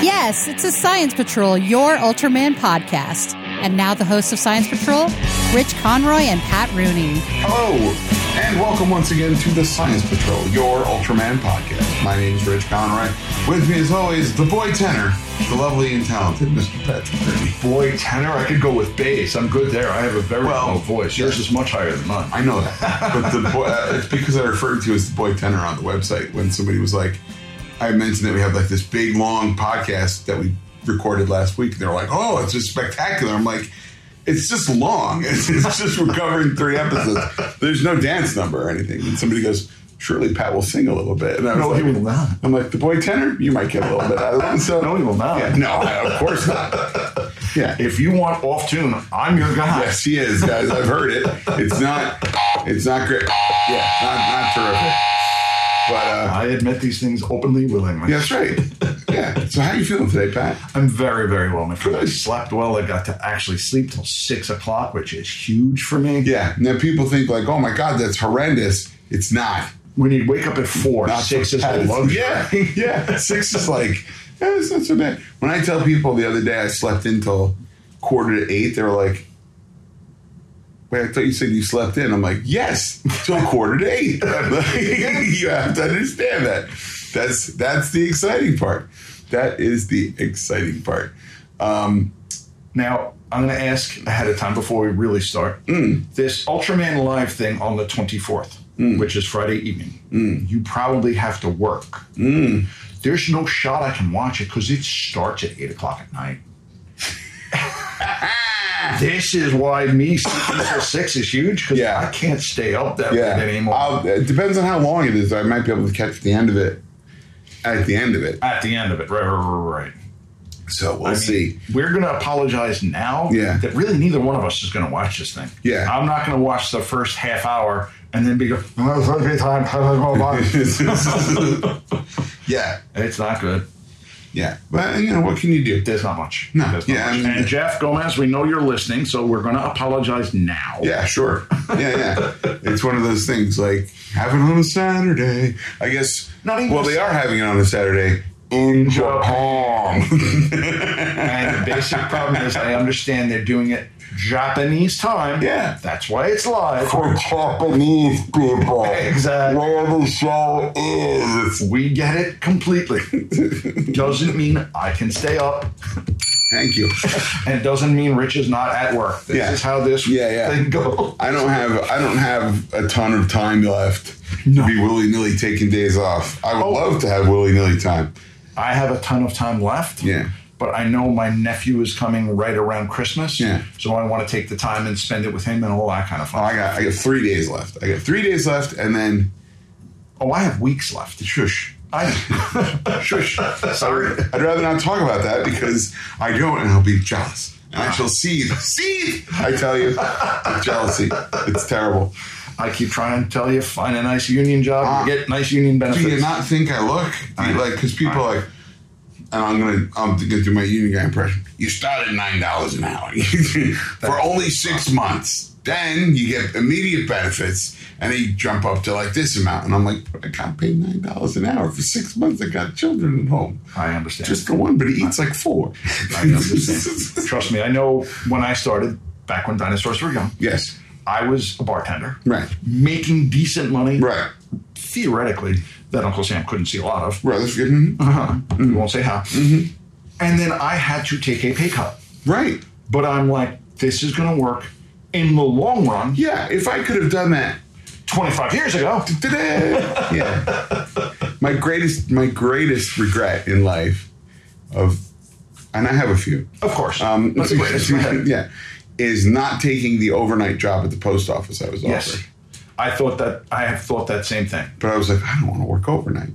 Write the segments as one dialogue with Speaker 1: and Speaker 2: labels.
Speaker 1: Yes, it's a Science Patrol, your Ultraman podcast. And now the hosts of Science Patrol, Rich Conroy and Pat Rooney.
Speaker 2: Hello, Oh, and welcome once again to the Science Patrol, your Ultraman podcast. My name's Rich Conroy. With me, as always, the boy tenor, the lovely and talented Mr. Patrick Rooney.
Speaker 3: Boy, tenor, I could go with bass. I'm good there. I have a very
Speaker 2: Well,
Speaker 3: low voice. Yours is much higher than mine.
Speaker 2: I know that, but the boy, uh, it's because I referred to it as the boy tenor on the website when somebody was like, I mentioned that we have like this big long podcast that we recorded last week. They're like, oh, it's just spectacular. I'm like, it's just long. It's, it's just we're covering three episodes. There's no dance number or anything. And somebody goes, surely Pat will sing a little bit. And I was
Speaker 3: No,
Speaker 2: like,
Speaker 3: he will not.
Speaker 2: I'm like, the boy tenor, you might get a little bit out of it. So,
Speaker 3: No, he will not.
Speaker 2: Yeah, no, of course not. Yeah.
Speaker 3: If you want off tune, I'm your guy.
Speaker 2: Yes, he is, guys. I've heard it. It's not. It's not great. Yeah, not, not terrific. But uh,
Speaker 3: I admit these things openly, willingly.
Speaker 2: yeah, that's right. Yeah. So how you feeling today, Pat?
Speaker 3: I'm very, very well, my friend. I
Speaker 2: Good.
Speaker 3: slept well. I got to actually sleep till six o'clock, which is huge for me.
Speaker 2: Yeah. Now people think like, oh my God, that's horrendous. It's not.
Speaker 3: When you wake up at four,
Speaker 2: Not
Speaker 3: six is
Speaker 2: so
Speaker 3: a
Speaker 2: bad.
Speaker 3: luxury.
Speaker 2: Yeah, yeah. Six is like, yeah, it's not so bad. When I tell people the other day I slept until quarter to eight, they were like, "Wait, I thought you said you slept in." I'm like, "Yes, till quarter to eight. Like, you have to understand that. That's that's the exciting part. That is the exciting part. Um,
Speaker 3: Now, I'm going to ask ahead of time before we really start
Speaker 2: Mm.
Speaker 3: this Ultraman Live thing on the 24th, which is Friday evening.
Speaker 2: Mm.
Speaker 3: You probably have to work. There's no shot I can watch it because it starts at 8 o'clock at night. this is why me sleeping till 6 is huge because
Speaker 2: Yeah.
Speaker 3: I can't stay up that
Speaker 2: yeah,
Speaker 3: late anymore.
Speaker 2: I'll, it depends on how long it is. I might be able to catch the end of it. At the end of it,
Speaker 3: at the end of it, right, right, right, right.
Speaker 2: so we'll
Speaker 3: I mean,
Speaker 2: see.
Speaker 3: We're going to apologize now
Speaker 2: Yeah.
Speaker 3: that really neither one of us is going to watch this thing.
Speaker 2: Yeah.
Speaker 3: I'm not going to watch the first half hour and then be go, "Oh, it's okay, time. it's
Speaker 2: yeah,
Speaker 3: not good.
Speaker 2: yeah. But you know, what can you do?
Speaker 3: There's not much.
Speaker 2: No,
Speaker 3: There's
Speaker 2: yeah,
Speaker 3: much.
Speaker 2: I mean-
Speaker 3: and Jeff Gomez, we know you're listening, so we're going to apologize now.
Speaker 2: Yeah, sure. Yeah, yeah. it's one of those things like have it on a Saturday. I guess
Speaker 3: Not even
Speaker 2: Well,
Speaker 3: a
Speaker 2: they are having it on a Saturday in Japan.
Speaker 3: And the basic problem is I understand they're doing it Japanese time.
Speaker 2: Yeah.
Speaker 3: That's why it's live.
Speaker 2: For Japanese people,
Speaker 3: Exactly.
Speaker 2: where the show is.
Speaker 3: We get it completely. doesn't mean I can stay up.
Speaker 2: Thank you.
Speaker 3: and it doesn't mean Rich is not at work. This
Speaker 2: Yeah.
Speaker 3: is how this
Speaker 2: Yeah, yeah.
Speaker 3: thing goes.
Speaker 2: I don't have I don't have a ton of time left to
Speaker 3: No.
Speaker 2: be willy nilly taking days off. I would
Speaker 3: Oh.
Speaker 2: love to have willy nilly time.
Speaker 3: I have a ton of time left.
Speaker 2: Yeah.
Speaker 3: But I know my nephew is coming right around Christmas.
Speaker 2: Yeah.
Speaker 3: So I want to take the time and spend it with him and all that kind of
Speaker 2: Oh,
Speaker 3: fun.
Speaker 2: I got I got three days left. I got three days left, and then
Speaker 3: oh, I have weeks left.
Speaker 2: shush.
Speaker 3: I
Speaker 2: Shush.
Speaker 3: Sorry.
Speaker 2: I'd rather not talk about that because I don't, and I'll be jealous. And I shall seethe. Seethe! I tell you, with jealousy. It's terrible.
Speaker 3: I keep trying to tell you, find a nice union job, you get nice union
Speaker 2: Do
Speaker 3: benefits.
Speaker 2: you Ah. not think I look? Do you, like, because people are like, and I'm gonna I'm gonna do my union guy impression. You start at nine dollars an hour for only six months. Then you get immediate benefits, and then you jump up to like this amount. And I'm like, but I got paid nine dollars an hour for six months. I got children at home.
Speaker 3: I understand.
Speaker 2: Just the one, but he eats like four.
Speaker 3: I understand. Trust me, I know when I started, back when dinosaurs were young,
Speaker 2: yes.
Speaker 3: I was a bartender.
Speaker 2: Right.
Speaker 3: Making decent money.
Speaker 2: Right.
Speaker 3: theoretically that Uncle Sam couldn't see a lot of.
Speaker 2: Right. That's good. Mhm.
Speaker 3: We won't say how.
Speaker 2: Mm-hmm.
Speaker 3: And then I had to take a pay cut.
Speaker 2: Right.
Speaker 3: But I'm like, this is going to work in the long run.
Speaker 2: Yeah. If I could have done that
Speaker 3: 25 years ago,
Speaker 2: today. yeah. My greatest, my greatest regret in life, of, and I have a few.
Speaker 3: of course.
Speaker 2: Um,
Speaker 3: That's the greatest.
Speaker 2: yeah, is not taking the overnight job at the post office I was offered.
Speaker 3: Yes. I thought that I have thought that same thing.
Speaker 2: But I was like, I don't want to work overnight.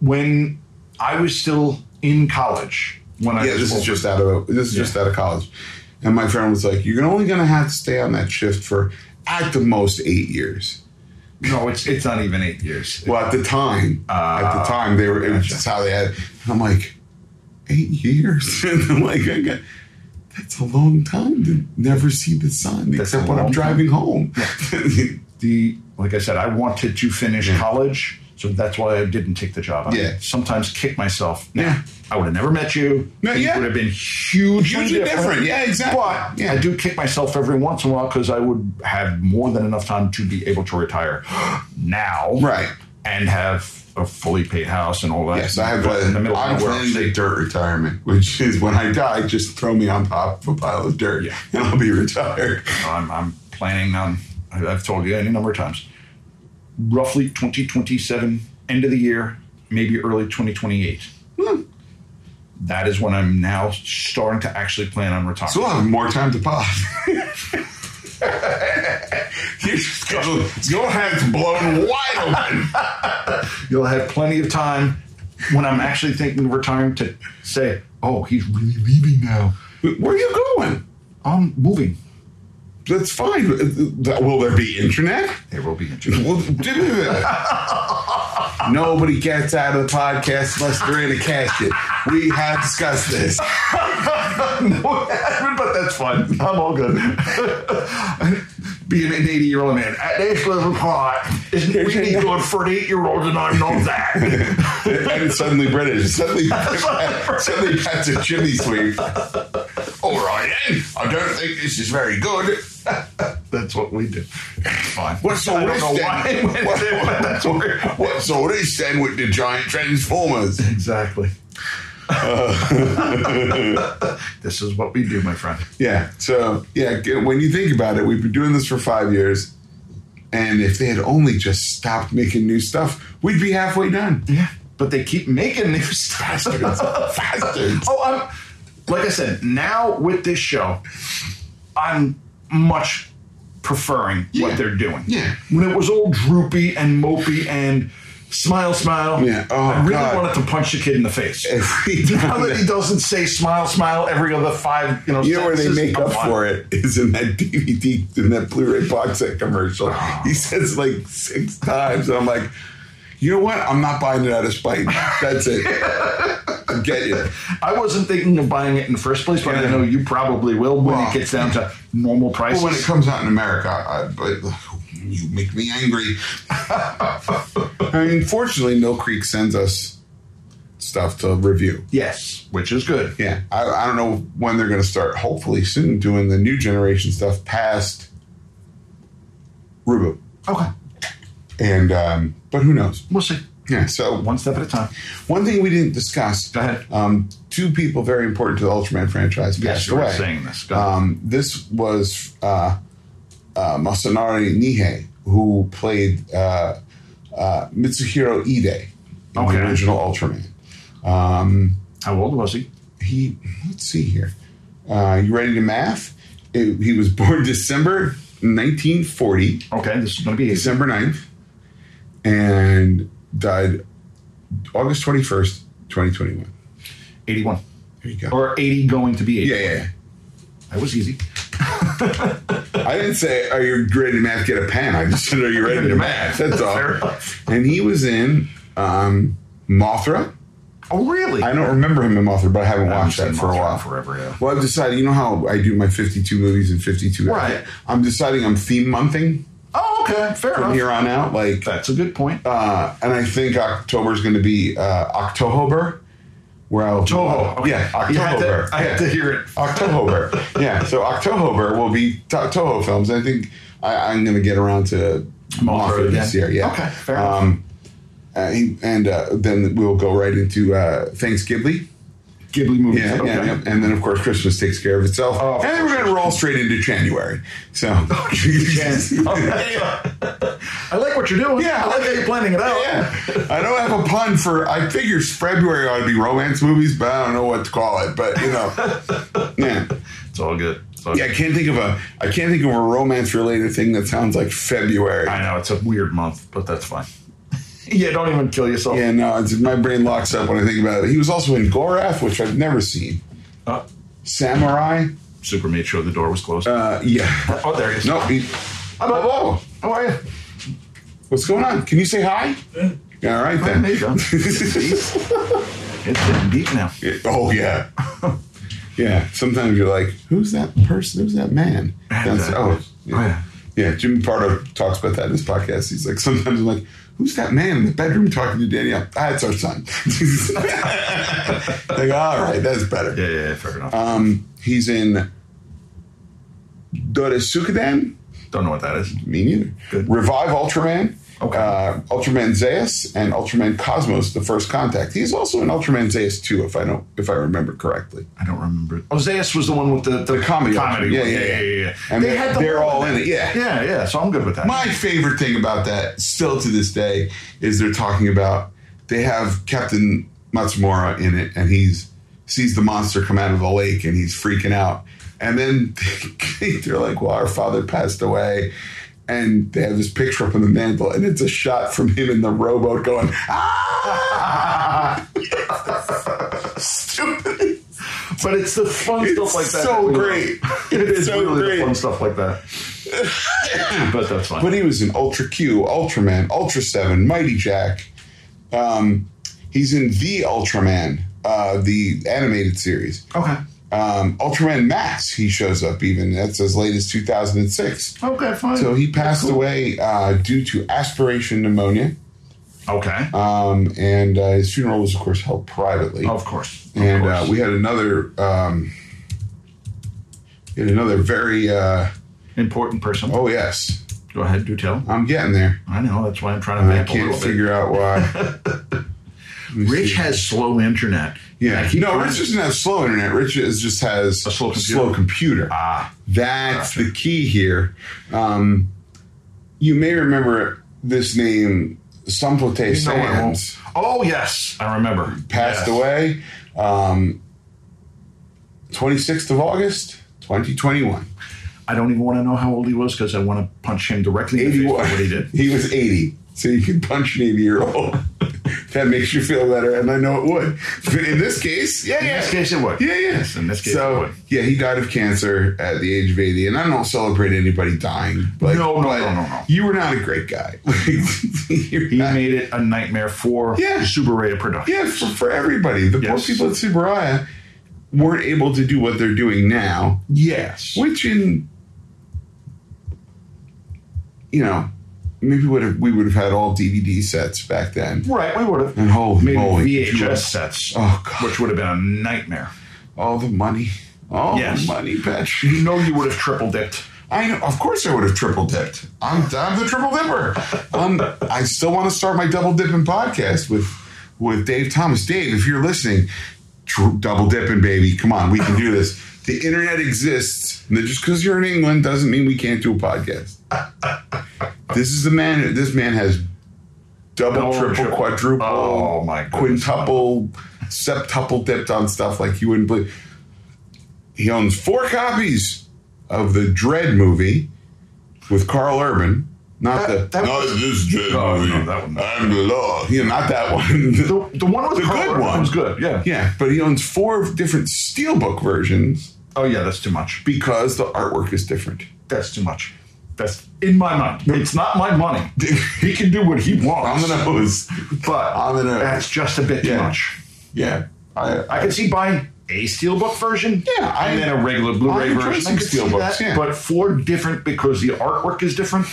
Speaker 3: When I was still in college, when I
Speaker 2: Yeah,
Speaker 3: was
Speaker 2: this is
Speaker 3: older,
Speaker 2: just out of this is just out of college. And my friend was like, "You're only going to have to stay on that shift for at the most eight years."
Speaker 3: no, it's it's not even eight years.
Speaker 2: Well, at the time, at
Speaker 3: Ah,
Speaker 2: the time, they were it was just how they had. It. And I'm like, eight years, and I'm like, I got, that's a long time to never see the sun,
Speaker 3: That's a
Speaker 2: except when I'm
Speaker 3: long
Speaker 2: driving home.
Speaker 3: The like I said, I wanted to finish college So that's why I didn't take the job. I
Speaker 2: Mm. Yeah.
Speaker 3: sometimes kick myself. Now,
Speaker 2: Yeah.
Speaker 3: I would have never met you.
Speaker 2: No,
Speaker 3: Things
Speaker 2: yeah.
Speaker 3: would have been hugely,
Speaker 2: Hugely different. Yeah, exactly.
Speaker 3: But
Speaker 2: Yeah.
Speaker 3: I do kick myself every once in a while because I would have more than enough time to be able to retire now.
Speaker 2: Right.
Speaker 3: And have a fully paid house and all that.
Speaker 2: Yes, I have.
Speaker 3: But
Speaker 2: A,
Speaker 3: in the middle
Speaker 2: I'm
Speaker 3: of nowhere.
Speaker 2: planning a dirt retirement, which is when I die, just throw me on top of a pile of dirt,
Speaker 3: Yeah.
Speaker 2: and I'll be retired.
Speaker 3: I'm, I'm planning on, I- I've told you any number of times, roughly 2027, end of the year, maybe early 2028.
Speaker 2: Hmm.
Speaker 3: That is when I'm now starting to actually plan on retirement.
Speaker 2: So we'll have more time to pop. you just go, your head's blown wide open.
Speaker 3: You'll have plenty of time when I'm actually thinking of retiring to say, oh, he's really leaving now.
Speaker 2: Where are you going?
Speaker 3: I'm moving.
Speaker 2: That's fine. Will there be internet?
Speaker 3: There will be interest.
Speaker 2: Well, Nobody gets out of the podcast unless they're in a casket. We have discussed this.
Speaker 3: but that's fine. I'm all good. Being an 80 year old man at this level part isn't really good for an 8 year old, and I know that.
Speaker 2: and it's suddenly British. Suddenly, suddenly that's a chimney sweep. All right, then. I don't think this is very good.
Speaker 3: that's what we do. It's fine.
Speaker 2: What's all
Speaker 3: I don't
Speaker 2: this
Speaker 3: know why I
Speaker 2: then?
Speaker 3: went
Speaker 2: What-
Speaker 3: there, but that's where-
Speaker 2: what- What's all this then with the giant transformers?
Speaker 3: Exactly. this is what we do, my friend.
Speaker 2: Yeah. So yeah, g- when you think about it, we've been doing this for five years, and if they had only just stopped making new stuff, we'd be halfway done.
Speaker 3: Yeah. But they keep making new stuff.
Speaker 2: Bastards. Bastards.
Speaker 3: Oh, I'm like I said. Now with this show, I'm much preferring
Speaker 2: Yeah.
Speaker 3: what they're doing.
Speaker 2: Yeah.
Speaker 3: When it was all droopy and mopey and smile, smile.
Speaker 2: Yeah. Oh,
Speaker 3: I really
Speaker 2: God.
Speaker 3: wanted to punch the kid in the face.
Speaker 2: Every
Speaker 3: Now
Speaker 2: time
Speaker 3: that he doesn't say smile, smile every other five, you know,
Speaker 2: You know where they make up
Speaker 3: it.
Speaker 2: for it is in that DVD, in that Blu-ray box set commercial. He says like six times, and I'm like, you know what? I'm not buying it out of spite. That's it. I get it.
Speaker 3: I wasn't thinking of buying it in the first place, but
Speaker 2: Yeah.
Speaker 3: I know you probably will when
Speaker 2: Well,
Speaker 3: it gets down to normal prices.
Speaker 2: Well, when it comes out in America, I, but you make me angry. I mean, fortunately, No Creek sends us stuff to review.
Speaker 3: yes, which is good.
Speaker 2: Yeah, I, I don't know when they're going to start. Hopefully, soon doing the new generation stuff past Reboot.
Speaker 3: Okay,
Speaker 2: and um, but who knows?
Speaker 3: we'll see.
Speaker 2: Yeah. So
Speaker 3: One step at a time.
Speaker 2: one thing we didn't discuss.
Speaker 3: Go ahead.
Speaker 2: Um, two people very important to the Ultraman franchise
Speaker 3: Yes,
Speaker 2: passed
Speaker 3: you were
Speaker 2: away.
Speaker 3: saying this. Go ahead.
Speaker 2: Um, this was uh, uh, Masanari Nihei, who played uh, uh, Mitsuhiro Ide in
Speaker 3: Okay.
Speaker 2: the original Ultraman.
Speaker 3: How old was he?
Speaker 2: He let's see here. Uh, you ready to math? It- he was born December 1940.
Speaker 3: Okay, this is going to be easy.
Speaker 2: December 9th and died August 21st, 2021.
Speaker 3: 81.
Speaker 2: There you go.
Speaker 3: Or 80 going to be 80.
Speaker 2: yeah, yeah,
Speaker 3: That was easy.
Speaker 2: yeah. I didn't say, are you ready to math? Get a pen. I just said, are you ready to math? That's all.
Speaker 3: Fair enough.
Speaker 2: And he was in um, Mothra.
Speaker 3: Oh, really?
Speaker 2: I don't remember him in Mothra, but I haven't
Speaker 3: haven't
Speaker 2: watched that
Speaker 3: seen
Speaker 2: for a
Speaker 3: Mothra
Speaker 2: while.
Speaker 3: in forever, yeah.
Speaker 2: Well, I've decided, you know how I do my 52 movies in 52
Speaker 3: Right.
Speaker 2: I'm deciding I'm theme monthing
Speaker 3: Oh, okay. Fair
Speaker 2: from
Speaker 3: enough.
Speaker 2: here on out. Like,
Speaker 3: That's a good point.
Speaker 2: uh, and I think October is going to be uh, October, where I'll
Speaker 3: Toho. Okay.
Speaker 2: yeah,
Speaker 3: You had to-
Speaker 2: October.
Speaker 3: I had to hear it.
Speaker 2: October, yeah. So October will be to- Toho films. I think I, I'm going to get around to Mothra
Speaker 3: Mothra
Speaker 2: this
Speaker 3: again.
Speaker 2: year. Yeah,
Speaker 3: Okay, fair
Speaker 2: um, uh, he- and uh, then we'll go right into uh, Thanks Ghibli.
Speaker 3: Ghibli movies.
Speaker 2: Yeah,
Speaker 3: okay.
Speaker 2: yeah, yeah. and then of course Christmas takes care of itself,
Speaker 3: Oh, of Oh,
Speaker 2: and then we're going to roll straight into January. So
Speaker 3: I like what you're doing.
Speaker 2: Yeah.
Speaker 3: I like how you're planning it out.
Speaker 2: Oh, Yeah, I don't have a pun for. I figure February ought to be romance movies, but I don't know what to call it. But you know, yeah,
Speaker 3: It's all good. It's all
Speaker 2: yeah. I can't think of a. I can't think of a romance related thing that sounds like February.
Speaker 3: I know it's a weird month, but that's fine. yeah, don't even kill yourself.
Speaker 2: Yeah, no, uh, it's, my brain locks up when I think about it. He was also in Gorath, which I've never seen.
Speaker 3: Uh,
Speaker 2: Samurai.
Speaker 3: super made sure the door was closed.
Speaker 2: Uh, yeah.
Speaker 3: oh, there he is. Oh,
Speaker 2: No. He, hello.
Speaker 3: How are you?
Speaker 2: What's going on? Can you say hi? All right
Speaker 3: Hi, there you go.
Speaker 2: then.
Speaker 3: It's getting deep now.
Speaker 2: Oh yeah, yeah. Sometimes you're like, who's that person? Who's that man? That's-
Speaker 3: that
Speaker 2: oh,
Speaker 3: is-
Speaker 2: yeah.
Speaker 3: oh, yeah.
Speaker 2: yeah. Jimmy Pardo talks about that in his podcast. He's like, sometimes I'm like, who's that man in the bedroom talking to Danielle? That's our son. like, all right, that's better.
Speaker 3: Yeah, yeah, yeah, fair enough.
Speaker 2: Um, he's in Dorasukadan.
Speaker 3: Don't know what that is.
Speaker 2: Me neither.
Speaker 3: Good.
Speaker 2: Revive Ultraman.
Speaker 3: Okay.
Speaker 2: Uh, Ultraman Zeus and Ultraman Cosmos, the first contact. He's also in Ultraman Zeus too, if I don't, if I remember correctly.
Speaker 3: I don't remember. Oh, Zaius was the one with the, the,
Speaker 2: comedy option.
Speaker 3: one.
Speaker 2: Yeah, yeah, yeah. And they're-
Speaker 3: the
Speaker 2: they're
Speaker 3: whole
Speaker 2: all
Speaker 3: of
Speaker 2: in
Speaker 3: that.
Speaker 2: it, yeah.
Speaker 3: Yeah, yeah. So I'm good with that.
Speaker 2: My favorite thing about that, still to this day, is they're talking about they have Captain Matsumura in it, and he's sees the monster come out of the lake, and he's freaking out. And then they're like, "Well, our father passed away." And they have this picture up on the mantle, and it's a shot from him in the rowboat going, "Ah!" Stupid.
Speaker 3: but it's the fun stuff like that.
Speaker 2: so
Speaker 3: that we love.
Speaker 2: great.
Speaker 3: it
Speaker 2: It's
Speaker 3: is
Speaker 2: so
Speaker 3: really
Speaker 2: great.
Speaker 3: the fun stuff like that. but that's fine.
Speaker 2: But he was in Ultra Q, Ultraman, Ultra Seven, Mighty Jack. Um, he's in the Ultraman, uh, the animated series.
Speaker 3: okay.
Speaker 2: Um, Ultraman Max, he shows up even. That's as late as 2006.
Speaker 3: Okay, fine.
Speaker 2: So he passed away uh, due to aspiration pneumonia,
Speaker 3: okay.
Speaker 2: um, and uh, his funeral was, of course, held privately.
Speaker 3: of course. Of
Speaker 2: and uh,
Speaker 3: course.
Speaker 2: we had another, um, we had another very. Uh,
Speaker 3: important person.
Speaker 2: oh yes,
Speaker 3: Go ahead, do tell.
Speaker 2: I'm getting there.
Speaker 3: I know. That's why I'm trying to
Speaker 2: I
Speaker 3: vamp a
Speaker 2: can't
Speaker 3: little
Speaker 2: figure out why. Let me
Speaker 3: bit. Rich
Speaker 2: see.
Speaker 3: has slow internet.
Speaker 2: Yeah.
Speaker 3: I keep
Speaker 2: No,
Speaker 3: trying
Speaker 2: Rich
Speaker 3: to-
Speaker 2: doesn't have slow internet. Rich is, just has
Speaker 3: A slow computer.
Speaker 2: computer.
Speaker 3: Ah,
Speaker 2: That's
Speaker 3: gotcha.
Speaker 2: the key here. Um, you may remember this name, Sampote
Speaker 3: no, I won't.
Speaker 2: Sands,
Speaker 3: Oh yes, I remember.
Speaker 2: passed
Speaker 3: Yes.
Speaker 2: away um, 26th of August, 2021.
Speaker 3: I don't even want to know how old he was because I want to punch him directly in the face for
Speaker 2: 81.
Speaker 3: what he did.
Speaker 2: He was 80. So you can punch an 80 year old. that makes you feel better. And I know it would. But in this case, yeah,
Speaker 3: In
Speaker 2: yeah.
Speaker 3: this case, it would.
Speaker 2: Yeah, yeah.
Speaker 3: Yes, in this case, it
Speaker 2: so
Speaker 3: would.
Speaker 2: yeah, he died of cancer at the age of eighty, and I don't celebrate anybody dying. But,
Speaker 3: No, no,
Speaker 2: but
Speaker 3: no, no, no.
Speaker 2: You were not a great guy. You're
Speaker 3: He
Speaker 2: not-
Speaker 3: made it a nightmare for
Speaker 2: uh, Yeah.
Speaker 3: Super Raya Productions.
Speaker 2: yeah, for, for everybody, the poor
Speaker 3: Yes.
Speaker 2: people at Subaraya weren't able to do what they're doing now,
Speaker 3: Yes.
Speaker 2: which in you know maybe would have we would have had all DVD sets back then.
Speaker 3: Right, we would have.
Speaker 2: And holy
Speaker 3: Maybe
Speaker 2: Mm-hmm. moly, you
Speaker 3: VHS
Speaker 2: would've-
Speaker 3: sets,
Speaker 2: Oh, God.
Speaker 3: uh, which would have been a nightmare.
Speaker 2: all the money, all
Speaker 3: Yes.
Speaker 2: the money, Patch.
Speaker 3: You know, you would have triple dipped.
Speaker 2: I know, of course I would have triple dipped. I'm, I'm the triple dipper. Um, I still want to start my double dipping podcast with with Dave Thomas. Dave, if you're listening, tr- double dipping, baby. Come on, we can do this. The internet exists. And Just because you're in England doesn't mean we can't do a podcast. This is the man. This man has double,
Speaker 3: Double,
Speaker 2: triple,
Speaker 3: triple.
Speaker 2: quadruple,
Speaker 3: Oh, my goodness.
Speaker 2: quintuple, septuple dipped on stuff like you wouldn't believe. He owns four copies of the Dread movie with Carl Urban. Not
Speaker 3: That-
Speaker 2: the
Speaker 3: that
Speaker 2: not
Speaker 3: was-
Speaker 2: this Dread
Speaker 3: No,
Speaker 2: movie.
Speaker 3: no, that one.
Speaker 2: I'm the law. Yeah, not that one.
Speaker 3: The, the one with
Speaker 2: The
Speaker 3: Carl
Speaker 2: good
Speaker 3: Urban
Speaker 2: one.
Speaker 3: was good. Yeah.
Speaker 2: yeah, but he owns four different steelbook versions
Speaker 3: Oh yeah, that's too much.
Speaker 2: because the artwork is different.
Speaker 3: That's too much. That's in my mind.
Speaker 2: Mm-hmm.
Speaker 3: It's not my money. he can do what he
Speaker 2: On
Speaker 3: wants.
Speaker 2: the nose.
Speaker 3: but
Speaker 2: On the nose.
Speaker 3: that's just a bit too
Speaker 2: Yeah.
Speaker 3: much.
Speaker 2: Yeah, I,
Speaker 3: I could see buying a steelbook version.
Speaker 2: Yeah, I-
Speaker 3: and then a regular Blu-ray
Speaker 2: I enjoy
Speaker 3: version.
Speaker 2: some
Speaker 3: I could see
Speaker 2: steelbooks,
Speaker 3: that,
Speaker 2: yeah.
Speaker 3: but four different because the artwork is different.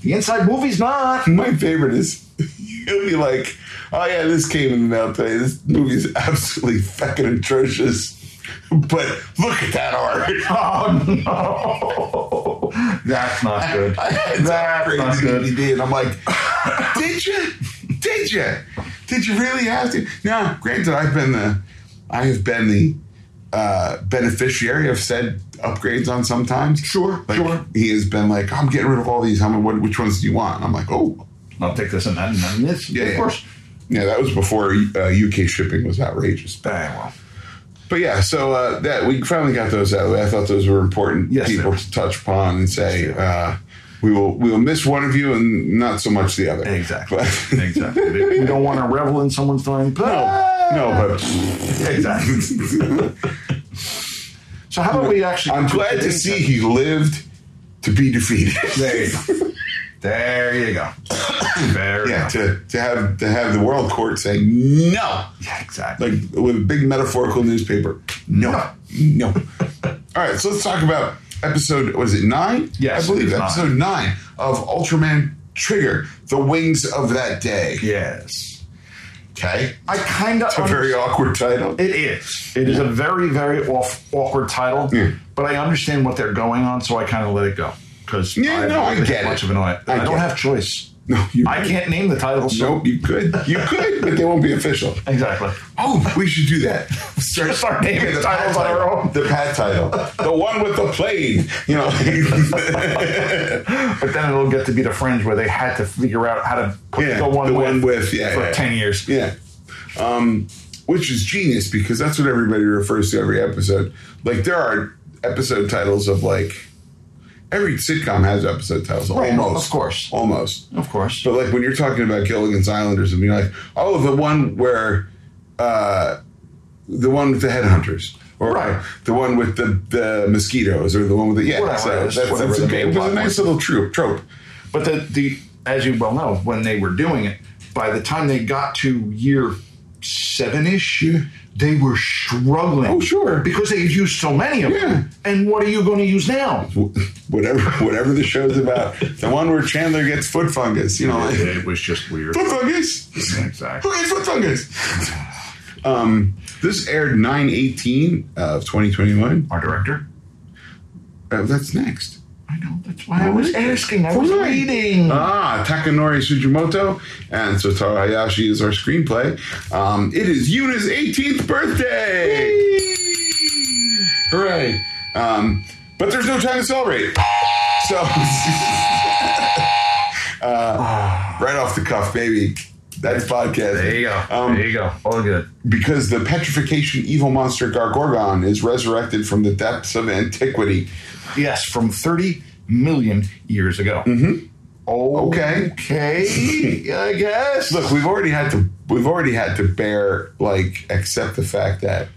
Speaker 3: The inside movie's not.
Speaker 2: My favorite is he'll be like, "Oh yeah, this came in the mail today. This movie is absolutely fucking atrocious, but look at that art."
Speaker 3: Oh no, that's not good.
Speaker 2: I had that
Speaker 3: That's not
Speaker 2: crazy
Speaker 3: good.
Speaker 2: DVD, and I'm like, "Did you? Did you? Did you really have to?" Now, granted, I've been the, I have been the uh, beneficiary of said upgrades on sometimes.
Speaker 3: Sure,
Speaker 2: Like,
Speaker 3: sure.
Speaker 2: He has been like, "I'm getting rid of all these. How many? What, which ones do you want?" And I'm like, "Oh,
Speaker 3: I'll take this and that and then this.
Speaker 2: Yeah,
Speaker 3: of
Speaker 2: yeah.
Speaker 3: course.
Speaker 2: yeah." That was before uh, UK shipping was outrageous.
Speaker 3: Bang, well.
Speaker 2: But yeah, so uh, that we finally got those out of the way. I thought those were important
Speaker 3: Yes,
Speaker 2: people
Speaker 3: they were.
Speaker 2: to touch upon and say
Speaker 3: Yes, they
Speaker 2: uh, we will we will miss one of you and not so much the other.
Speaker 3: Exactly.
Speaker 2: But-
Speaker 3: exactly. We don't want to revel in someone's dying.
Speaker 2: no, no, but
Speaker 3: Exactly. So how about we actually?
Speaker 2: I'm glad to see he lived to be defeated.
Speaker 3: There you go. There you go. There
Speaker 2: yeah,
Speaker 3: you go.
Speaker 2: to, to have to have the world court say no,
Speaker 3: Yeah, exactly.
Speaker 2: like with a big metaphorical newspaper. No, no. All right, so let's talk about episode. Was it nine?
Speaker 3: Yes,
Speaker 2: I believe
Speaker 3: it is
Speaker 2: episode nine of Ultraman trigger the wings of that day.
Speaker 3: Yes.
Speaker 2: Okay.
Speaker 3: I kind of
Speaker 2: A very awkward title.
Speaker 3: It is. It is a very, very off, awkward title,
Speaker 2: Yeah.
Speaker 3: but I understand what they're going on, so I kind of let it go because
Speaker 2: Yeah,
Speaker 3: I
Speaker 2: no, I
Speaker 3: really
Speaker 2: get
Speaker 3: have
Speaker 2: it.
Speaker 3: much of an eye.
Speaker 2: I
Speaker 3: I,
Speaker 2: get
Speaker 3: don't
Speaker 2: it.
Speaker 3: have choice.
Speaker 2: No, you.
Speaker 3: I can't name the title. So
Speaker 2: Nope, you could. You could, but they won't be official.
Speaker 3: exactly.
Speaker 2: Oh, we should do that. Start,
Speaker 3: Start naming
Speaker 2: Yeah,
Speaker 3: titles on our own.
Speaker 2: The pat title. The one with the plane. You know.
Speaker 3: But then it'll get to be the fringe where they had to figure out how to put
Speaker 2: Yeah,
Speaker 3: the one
Speaker 2: the
Speaker 3: with,
Speaker 2: one with, yeah,
Speaker 3: for
Speaker 2: yeah.
Speaker 3: ten years.
Speaker 2: yeah. Um, which is genius because that's what everybody refers to every episode. Like there are episode titles of like every sitcom has episode titles.
Speaker 3: Right,
Speaker 2: almost.
Speaker 3: of course.
Speaker 2: Almost.
Speaker 3: Of course.
Speaker 2: But like when you're talking about Gilligan's Islanders, and you're like, oh, the one where, uh, the one with the headhunters, or
Speaker 3: Right.
Speaker 2: the one with the, the mosquitoes, or the one with the yeah.
Speaker 3: Whatever
Speaker 2: so
Speaker 3: it is,
Speaker 2: that's, that's,
Speaker 3: whatever
Speaker 2: a,
Speaker 3: the
Speaker 2: it
Speaker 3: main
Speaker 2: was a
Speaker 3: plot
Speaker 2: nice
Speaker 3: was.
Speaker 2: little trope. Trope.
Speaker 3: But the, the as you well know, when they were doing it, by the time they got to year seven ish, they were struggling.
Speaker 2: Oh, sure.
Speaker 3: Because they had used so many of them.
Speaker 2: Yeah.
Speaker 3: And what are you going to use now?
Speaker 2: Whatever, whatever the show's about. the one where Chandler gets foot fungus. You know, like,
Speaker 3: It was just weird.
Speaker 2: foot fungus.
Speaker 3: exactly.
Speaker 2: Who gets foot fungus? Um, this aired 9-18 of 2021.
Speaker 3: Our director.
Speaker 2: Uh, that's next.
Speaker 3: I know. That's why I was asking. I was
Speaker 2: Right.
Speaker 3: reading.
Speaker 2: Ah, Takanori Sujimoto and Satoru Hayashi is our screenplay. Um, it is Yuna's 18th birthday! Hooray! Um, but there's no time to celebrate. So, uh, right off the cuff, baby. That's podcast.
Speaker 3: Ah. there you go.
Speaker 2: Um,
Speaker 3: there you go. All good.
Speaker 2: because the petrification evil monster Gargorgon is resurrected from the depths of antiquity.
Speaker 3: Yes, from 30 million years ago. Mm-hmm.
Speaker 2: Okay.
Speaker 3: Okay. I guess.
Speaker 2: Look, we've already had to we've already had to bear like accept the fact that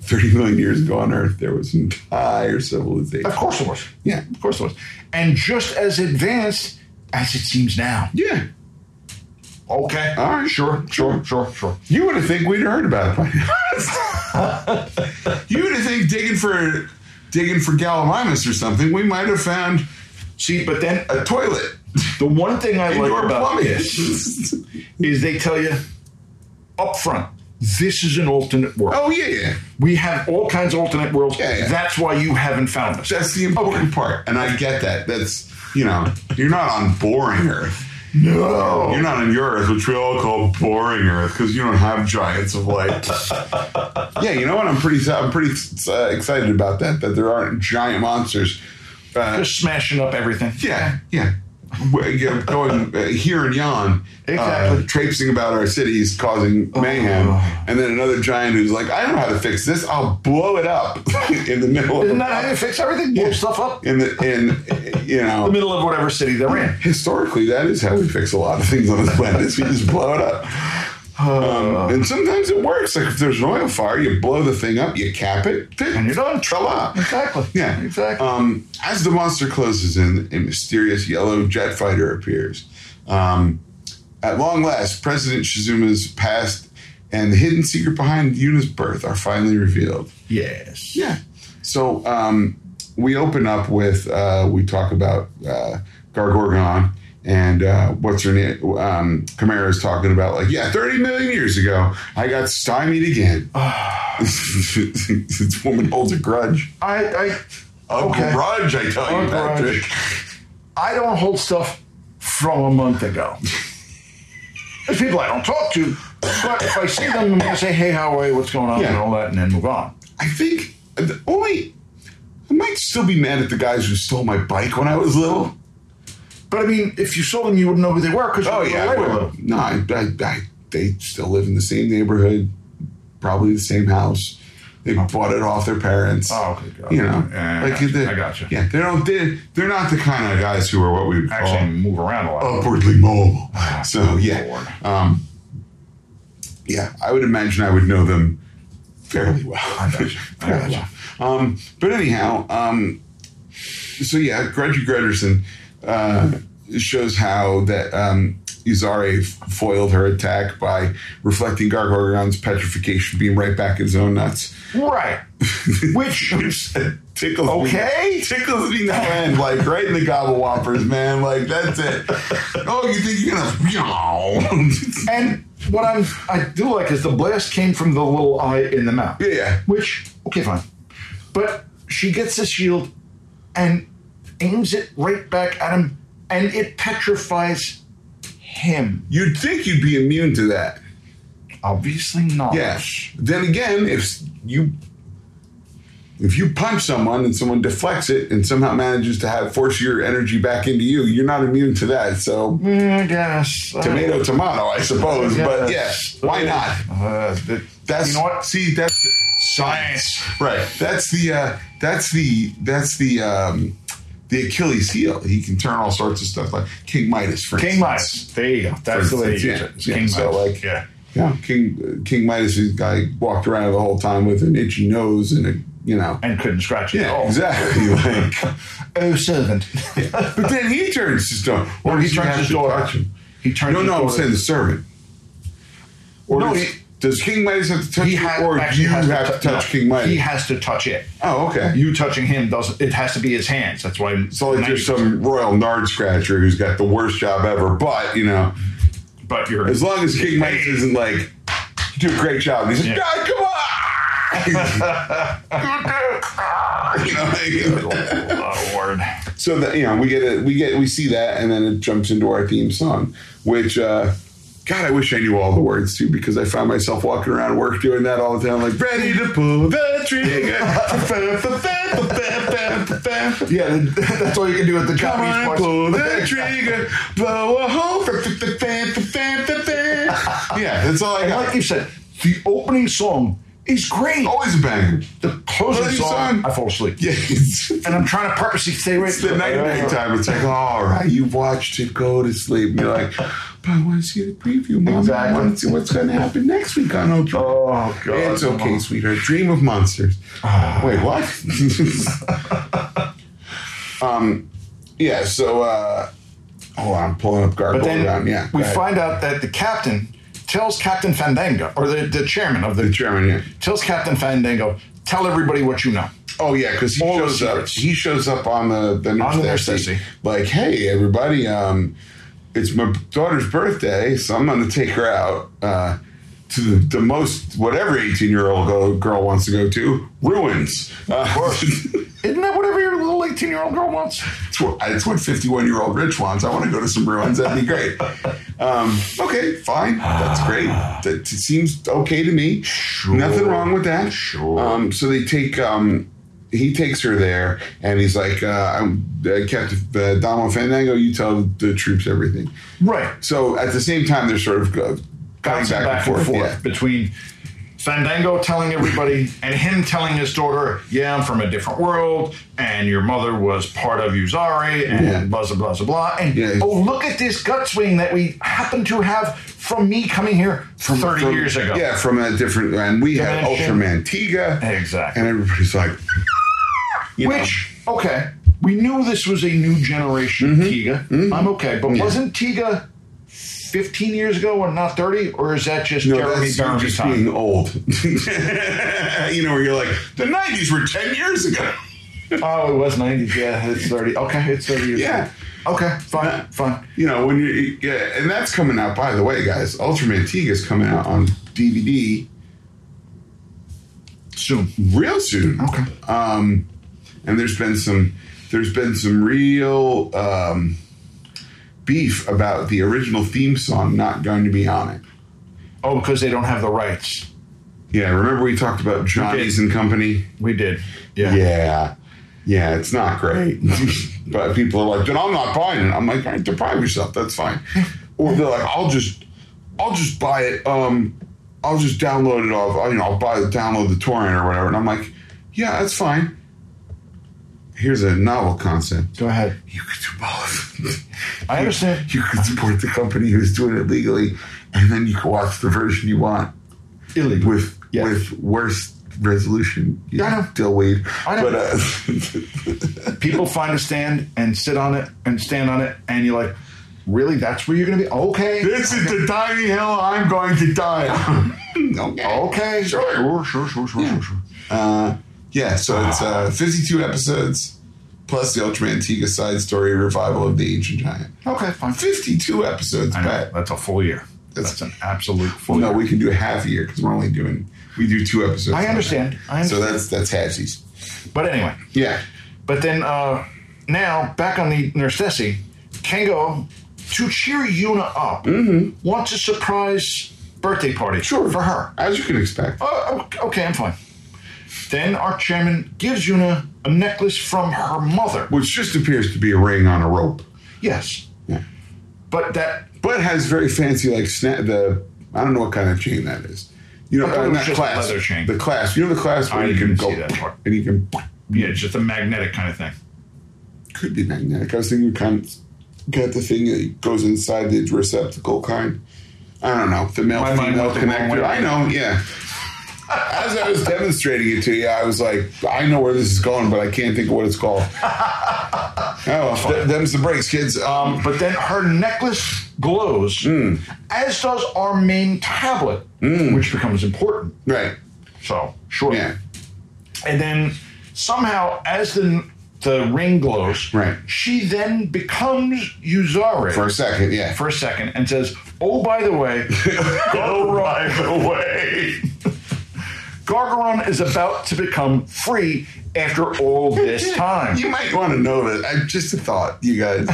Speaker 2: 30 million years ago on Earth there was an entire civilization.
Speaker 3: Of course it was.
Speaker 2: Yeah.
Speaker 3: Of course it was. And just as advanced as it seems now.
Speaker 2: Yeah.
Speaker 3: Okay.
Speaker 2: All right.
Speaker 3: Sure, sure, sure, sure.
Speaker 2: You would have think we'd heard about it by now. you would have think digging for digging for gallimimus or something, we might have found
Speaker 3: See, but then uh,
Speaker 2: a toilet.
Speaker 3: the one thing I like
Speaker 2: Indoor
Speaker 3: about
Speaker 2: plumbing.
Speaker 3: this is they tell you up front, this is an alternate world.
Speaker 2: oh yeah, yeah.
Speaker 3: We have all kinds of alternate worlds.
Speaker 2: Yeah, yeah.
Speaker 3: That's why you haven't found us.
Speaker 2: That's the important part. And I get that. That's, you know, you're not on boring Earth.
Speaker 3: no.
Speaker 2: You're not on your Earth, which we all call boring Earth because you don't have giants of light. yeah, you know what? I'm pretty, I'm pretty uh, excited about that, that there aren't giant monsters. Uh,
Speaker 3: Just smashing up everything.
Speaker 2: yeah, yeah. We're, you know, going uh, here and yon, uh,
Speaker 3: Exactly.
Speaker 2: traipsing about our cities, causing mayhem, and then another giant who's like, "I don't know how to fix this. I'll blow it up in the middle."
Speaker 3: Isn't
Speaker 2: of,
Speaker 3: that how you fix everything? Blow stuff up.
Speaker 2: in the in you know
Speaker 3: The middle of whatever city they're in.
Speaker 2: historically, that is how we fix a lot of things on this planet. is we just blow it up. Um, and sometimes it works. Like if there's an oil fire, you blow the thing up, you cap it,
Speaker 3: And you're done.
Speaker 2: Trella.
Speaker 3: Exactly.
Speaker 2: Yeah.
Speaker 3: Exactly.
Speaker 2: Um, as the monster closes in, a mysterious yellow jet fighter appears. Um, at long last, President Shizuma's past and the hidden secret behind Yuna's birth are finally revealed.
Speaker 3: yes.
Speaker 2: Yeah. So um, we open up with uh, we talk about uh, Gargorgon and uh, what's her name? Um, Chimera is talking about like yeah, thirty million years ago, I got stymied again.
Speaker 3: Ah.
Speaker 2: this woman holds a grudge.
Speaker 3: I, I
Speaker 2: A
Speaker 3: Okay.
Speaker 2: grudge, I tell you,
Speaker 3: A grudge.
Speaker 2: Patrick.
Speaker 3: I don't hold stuff from a month ago. There's people I don't talk to, but if I see them, I'm gonna say, "Hey, how are you? What's going on?"
Speaker 2: Yeah.
Speaker 3: and all that, and then move on.
Speaker 2: I think uh, the only I might still be mad at the guys who stole my bike when I was little.
Speaker 3: But I mean, if you saw them, you wouldn't know who they were because
Speaker 2: Oh yeah, I would. no, I, I, I, they still live in the same neighborhood, probably the same house. They bought it off their parents.
Speaker 3: Oh, okay, got it.
Speaker 2: you know,
Speaker 3: Yeah, I
Speaker 2: like
Speaker 3: gotcha,
Speaker 2: they-
Speaker 3: I gotcha.
Speaker 2: Yeah, they don't. They, they're not the kind of guys who are what we would call
Speaker 3: Actually, move around a lot.
Speaker 2: upwardly mobile. So Oh. yeah,
Speaker 3: Lord.
Speaker 2: um, yeah, I would imagine I would know them fairly well.
Speaker 3: I gotcha. I
Speaker 2: Fairly
Speaker 3: gotcha.
Speaker 2: well. Um, but anyhow, um, so yeah, Grudgy Grederson uh, shows how that um, Izare f- foiled her attack by reflecting Gargorgon's petrification beam right back at his own nuts.
Speaker 3: Right. Which
Speaker 2: Which tickles me.
Speaker 3: Okay.
Speaker 2: Tickles me no end. Like right in the gobble whoppers, man. Like that's it. Oh, you think you're gonna
Speaker 3: And what I'm I do like is the blast came from the little eye in the mouth.
Speaker 2: Yeah.
Speaker 3: Which okay, fine. But she gets the shield and aims it right back at him, and it petrifies him.
Speaker 2: You'd think you'd be immune to that.
Speaker 3: Obviously not.
Speaker 2: Yeah. Then again, if you if you punch someone and someone deflects it and somehow manages to have force your energy back into you, you're not immune to that. So
Speaker 3: Mm, I guess. uh,
Speaker 2: tomato, tomato, I suppose. But yeah,
Speaker 3: yes.
Speaker 2: why not?
Speaker 3: Uh, th-
Speaker 2: That's
Speaker 3: you know what?
Speaker 2: See, that's
Speaker 3: Science.
Speaker 2: right. That's the uh, that's the that's the um, the Achilles heel. He can turn all sorts of stuff like King Midas, for instance.
Speaker 3: King Midas. There you go. That's the way you
Speaker 2: instance,
Speaker 3: use
Speaker 2: yeah.
Speaker 3: it. It's
Speaker 2: Yeah,
Speaker 3: King
Speaker 2: so,
Speaker 3: Midas.
Speaker 2: like-
Speaker 3: yeah.
Speaker 2: Yeah, King uh, King Midas. This guy walked around the whole time with an itchy nose and a you know.
Speaker 3: And couldn't scratch it at
Speaker 2: Yeah,
Speaker 3: all.
Speaker 2: exactly. Like,
Speaker 3: Oh, servant.
Speaker 2: but then he turns his daughter, or
Speaker 3: he
Speaker 2: does he
Speaker 3: turns
Speaker 2: have
Speaker 3: his
Speaker 2: to
Speaker 3: daughter.
Speaker 2: touch him?
Speaker 3: He turned.
Speaker 2: No,
Speaker 3: his
Speaker 2: no, I'm
Speaker 3: daughter-
Speaker 2: saying the servant. Or
Speaker 3: No,
Speaker 2: does,
Speaker 3: he-
Speaker 2: does King Midas have to touch
Speaker 3: He
Speaker 2: you,
Speaker 3: has,
Speaker 2: or
Speaker 3: actually
Speaker 2: you
Speaker 3: has
Speaker 2: have to,
Speaker 3: tou-
Speaker 2: touch
Speaker 3: no,
Speaker 2: King Midas?
Speaker 3: He has to touch it.
Speaker 2: oh, okay.
Speaker 3: You touching him doesn't. It has to be his hands. That's why.
Speaker 2: So like there's some royal nard scratcher who's got the worst job ever, but you know,
Speaker 3: But you're.
Speaker 2: as long as King Midas isn't like, you do a great job. And he's like,
Speaker 3: Yeah.
Speaker 2: God, come on. you know, like-
Speaker 3: oh, Lord.
Speaker 2: so that you know, we get it, we get we see that, and then it jumps into our theme song, which. uh God, I wish I knew all the words too, because I found myself walking around work doing that all the time, like ready to pull the trigger.
Speaker 3: Yeah, that's all you can do at the
Speaker 2: Come
Speaker 3: Japanese
Speaker 2: on,
Speaker 3: parts.
Speaker 2: pull the trigger, blow a hole. yeah, that's all I
Speaker 3: And
Speaker 2: got.
Speaker 3: like you said, the opening song is great.
Speaker 2: Always a banger.
Speaker 3: the closing
Speaker 2: closing
Speaker 3: song,
Speaker 2: song.
Speaker 3: I fall asleep.
Speaker 2: Yeah, it's, it's
Speaker 3: And I'm trying to purposely stay right.
Speaker 2: the night
Speaker 3: Uh,
Speaker 2: night time. It's like, all right, you watched it go to sleep. And you're like, but I want to see the preview, mom. I
Speaker 3: Exactly.
Speaker 2: want to see what's going to happen next week on Ultra.
Speaker 3: Oh God.
Speaker 2: it's okay, sweetheart. Dream of monsters. Wait, what? um, yeah. So, uh, hold on, I'm pulling up
Speaker 3: But
Speaker 2: gargoyle.
Speaker 3: then
Speaker 2: Round. Yeah, go
Speaker 3: we
Speaker 2: ahead.
Speaker 3: find out that the captain tells Captain Fandango, or the, the chairman of
Speaker 2: the
Speaker 3: the
Speaker 2: German. Yeah.
Speaker 3: tells Captain Fandango, tell everybody what you know.
Speaker 2: Oh yeah, because he
Speaker 3: All
Speaker 2: shows
Speaker 3: those
Speaker 2: up.
Speaker 3: secrets.
Speaker 2: He shows up on the the nurse,
Speaker 3: On the nurse
Speaker 2: desk,
Speaker 3: desk.
Speaker 2: Like, hey everybody, um, it's my daughter's birthday, so I'm going to take her out uh, to the, the most whatever 18 year old go, girl wants to go to ruins. Uh,
Speaker 3: Isn't that whatever your little 18 year old girl wants?
Speaker 2: it's what- it's what 51 year old Rich wants. I want to go to some ruins. That'd be great. Um, okay, fine. That's great. That it seems okay to me.
Speaker 3: Sure.
Speaker 2: Nothing wrong with that.
Speaker 3: Sure.
Speaker 2: Um, so they take, um, he takes her there and he's like, uh, I'm, uh, Captain uh, Donald Fandango, you tell the troops everything.
Speaker 3: Right.
Speaker 2: So at the same time, they're sort of go, going
Speaker 3: Bouncing back, and forth, between Fandango telling everybody and him telling his daughter, yeah, I'm from a different world, and your mother was part of Uzari, and
Speaker 2: Yeah.
Speaker 3: blah, blah, blah, blah, blah. And
Speaker 2: Yeah.
Speaker 3: oh, look at this gut swing that we happen to have from me coming here 30
Speaker 2: From-
Speaker 3: years ago.
Speaker 2: Yeah, from a different, and we had
Speaker 3: Dimension.
Speaker 2: Ultraman Tiga.
Speaker 3: Exactly.
Speaker 2: And everybody's like, you know. Mm-hmm.
Speaker 3: Which, okay, we knew this was a new generation Tiga. I'm okay, but wasn't Tiga 15 years ago and not 30? Or is that just
Speaker 2: No,
Speaker 3: Jeremy
Speaker 2: that's you
Speaker 3: Jeremy
Speaker 2: just
Speaker 3: time?
Speaker 2: being old. you know, where you're like, the 90s were 10 years ago.
Speaker 3: Oh, it was 90s. Yeah, it's 30. Okay, it's 30 years
Speaker 2: Yeah.
Speaker 3: ago. Okay, fine, fine.
Speaker 2: You know, when you, yeah, and that's coming out, by the way, guys, Ultraman Tiga is coming out on DVD
Speaker 3: Soon.
Speaker 2: real soon.
Speaker 3: Okay.
Speaker 2: Um, and there's been some, there's been some real um, beef about the original theme song not going to be on it.
Speaker 3: Oh, because they don't have the rights.
Speaker 2: Yeah, remember we talked about Johnny's and Company?
Speaker 3: We did. Yeah.
Speaker 2: Yeah. Yeah, it's not great. but people are like, then I'm not buying it. I'm like, all right, deprive yourself. That's fine. Or they're like, I'll just, I'll just buy it. Um, I'll just download it off. You know, I'll buy download the torrent or whatever. And I'm like, yeah, that's fine. Here's a novel concept.
Speaker 3: Go ahead.
Speaker 2: You could do both.
Speaker 3: I understand.
Speaker 2: you could support the company who's doing it legally, and then you can watch the version you want
Speaker 3: Illegal.
Speaker 2: with
Speaker 3: Yeah.
Speaker 2: with worse resolution. You
Speaker 3: I know.
Speaker 2: Still weed.
Speaker 3: I know.
Speaker 2: But uh,
Speaker 3: People find a stand and sit on it and stand on it, and you're like, really? That's where you're going to be? Okay.
Speaker 2: This is the tiny hill I'm going to die on. okay.
Speaker 3: Okay.
Speaker 2: Sure.
Speaker 3: Sure, sure, sure, sure, sure.
Speaker 2: Uh, Yeah, so it's uh, 52 episodes plus the Ultraman Tiga side story revival of the Ancient Giant.
Speaker 3: Okay, fine.
Speaker 2: 52 episodes,
Speaker 3: I know,
Speaker 2: Pat.
Speaker 3: that's a full year.
Speaker 2: That's-
Speaker 3: That's an absolute
Speaker 2: Well,
Speaker 3: full
Speaker 2: no,
Speaker 3: year.
Speaker 2: we can do a half year because we're only doing we do two episodes.
Speaker 3: I understand. I
Speaker 2: So
Speaker 3: understand.
Speaker 2: that's that's halfsies.
Speaker 3: But anyway,
Speaker 2: Yeah,
Speaker 3: but then uh, now back on the Nerstesi, Kengo to cheer Yuna up wants a surprise birthday party
Speaker 2: Mm-hmm. Sure.
Speaker 3: for her.
Speaker 2: as you can expect.
Speaker 3: Oh, o- okay, I'm fine. Then our chairman gives Yuna a necklace from her mother.
Speaker 2: Which just appears to be a ring on a rope,
Speaker 3: Yes,
Speaker 2: Yeah.
Speaker 3: but that
Speaker 2: but has very fancy like snap the I don't know what kind of chain that is. You know,
Speaker 3: I thought it
Speaker 2: uh,
Speaker 3: was
Speaker 2: not
Speaker 3: just a
Speaker 2: class.
Speaker 3: leather chain.
Speaker 2: The class. You know the class where
Speaker 3: I
Speaker 2: you can
Speaker 3: didn't
Speaker 2: go
Speaker 3: see that part.
Speaker 2: and you can
Speaker 3: yeah, it's just a magnetic kind of thing.
Speaker 2: could be magnetic. I was thinking you kind of got the thing that goes inside the receptacle kind. I don't know. The male
Speaker 3: My mind
Speaker 2: female
Speaker 3: went the wrong
Speaker 2: connector.
Speaker 3: way.
Speaker 2: I know, yeah. As I was demonstrating it to you, I was like, I know where this is going, but I can't think of what it's called. oh, well, th- them's the breaks, kids. Um,
Speaker 3: But then her necklace glows,
Speaker 2: Mm.
Speaker 3: as does our main tablet, which becomes important.
Speaker 2: right.
Speaker 3: So sure.
Speaker 2: Mm. Yeah.
Speaker 3: And then somehow, as the the ring glows,
Speaker 2: Right.
Speaker 3: she then becomes Yuzari
Speaker 2: For a second, yeah.
Speaker 3: for a second and says, "Oh, by the way, go Oh, by the way." Gargaron is about to become free after all this time.
Speaker 2: You might want to know that. I just a thought, you guys.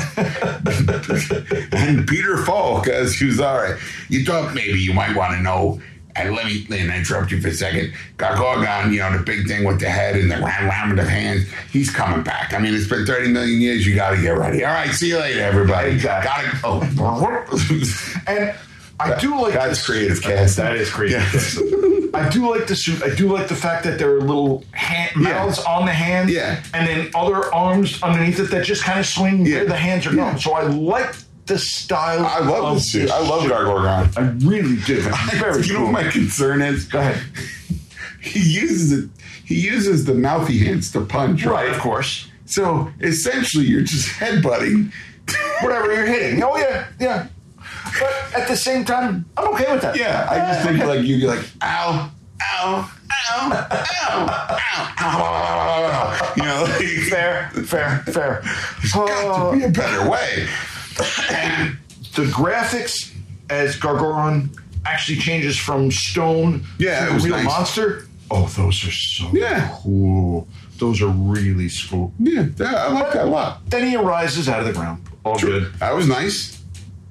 Speaker 2: and Peter Falk as Huzare. You thought maybe you might want to know. And let me and interrupt you for a second. Gargogon, you know, the big thing with the head and the round round of the hands, he's coming back. I mean, it's been 30 million years. You got to get ready. All right, see you later, everybody. Gotta,
Speaker 3: Exactly.
Speaker 2: oh.
Speaker 3: And I do like
Speaker 2: That's
Speaker 3: this-
Speaker 2: creative, Cass.
Speaker 3: Oh. That is creative.
Speaker 2: Yeah.
Speaker 3: Cass. I do like the suit. I do like the fact that there are little hand,
Speaker 2: Yeah.
Speaker 3: mouths on the hands,
Speaker 2: Yeah.
Speaker 3: and then other arms underneath it that just kind of swing
Speaker 2: Yeah.
Speaker 3: where the hands are going.
Speaker 2: Yeah.
Speaker 3: So I like the style.
Speaker 2: I love
Speaker 3: of
Speaker 2: this suit. I love Gargogon.
Speaker 3: I really do. Very
Speaker 2: you know
Speaker 3: cool.
Speaker 2: what my concern is?
Speaker 3: Go ahead.
Speaker 2: He uses it. He uses the mouthy hands to punch.
Speaker 3: Right, of course.
Speaker 2: So essentially, you're just headbutting.
Speaker 3: Whatever you're hitting. Oh yeah, yeah. But at the same time, I'm okay with that. Eh.
Speaker 2: Yeah, I just think like you'd be like, ow, ow, ow, ow, ow, ow. You know, like,
Speaker 3: fair, fair, fair.
Speaker 2: got
Speaker 3: Uh,
Speaker 2: to be a better way.
Speaker 3: the graphics as Gargoron actually changes from stone
Speaker 2: Yeah,
Speaker 3: to
Speaker 2: it was
Speaker 3: real
Speaker 2: nice.
Speaker 3: monster. Oh, those are so
Speaker 2: Yeah.
Speaker 3: cool. Those are really cool.
Speaker 2: Yeah, yeah, I like that a lot.
Speaker 3: Then he arises out of the ground. All good.
Speaker 2: That was nice.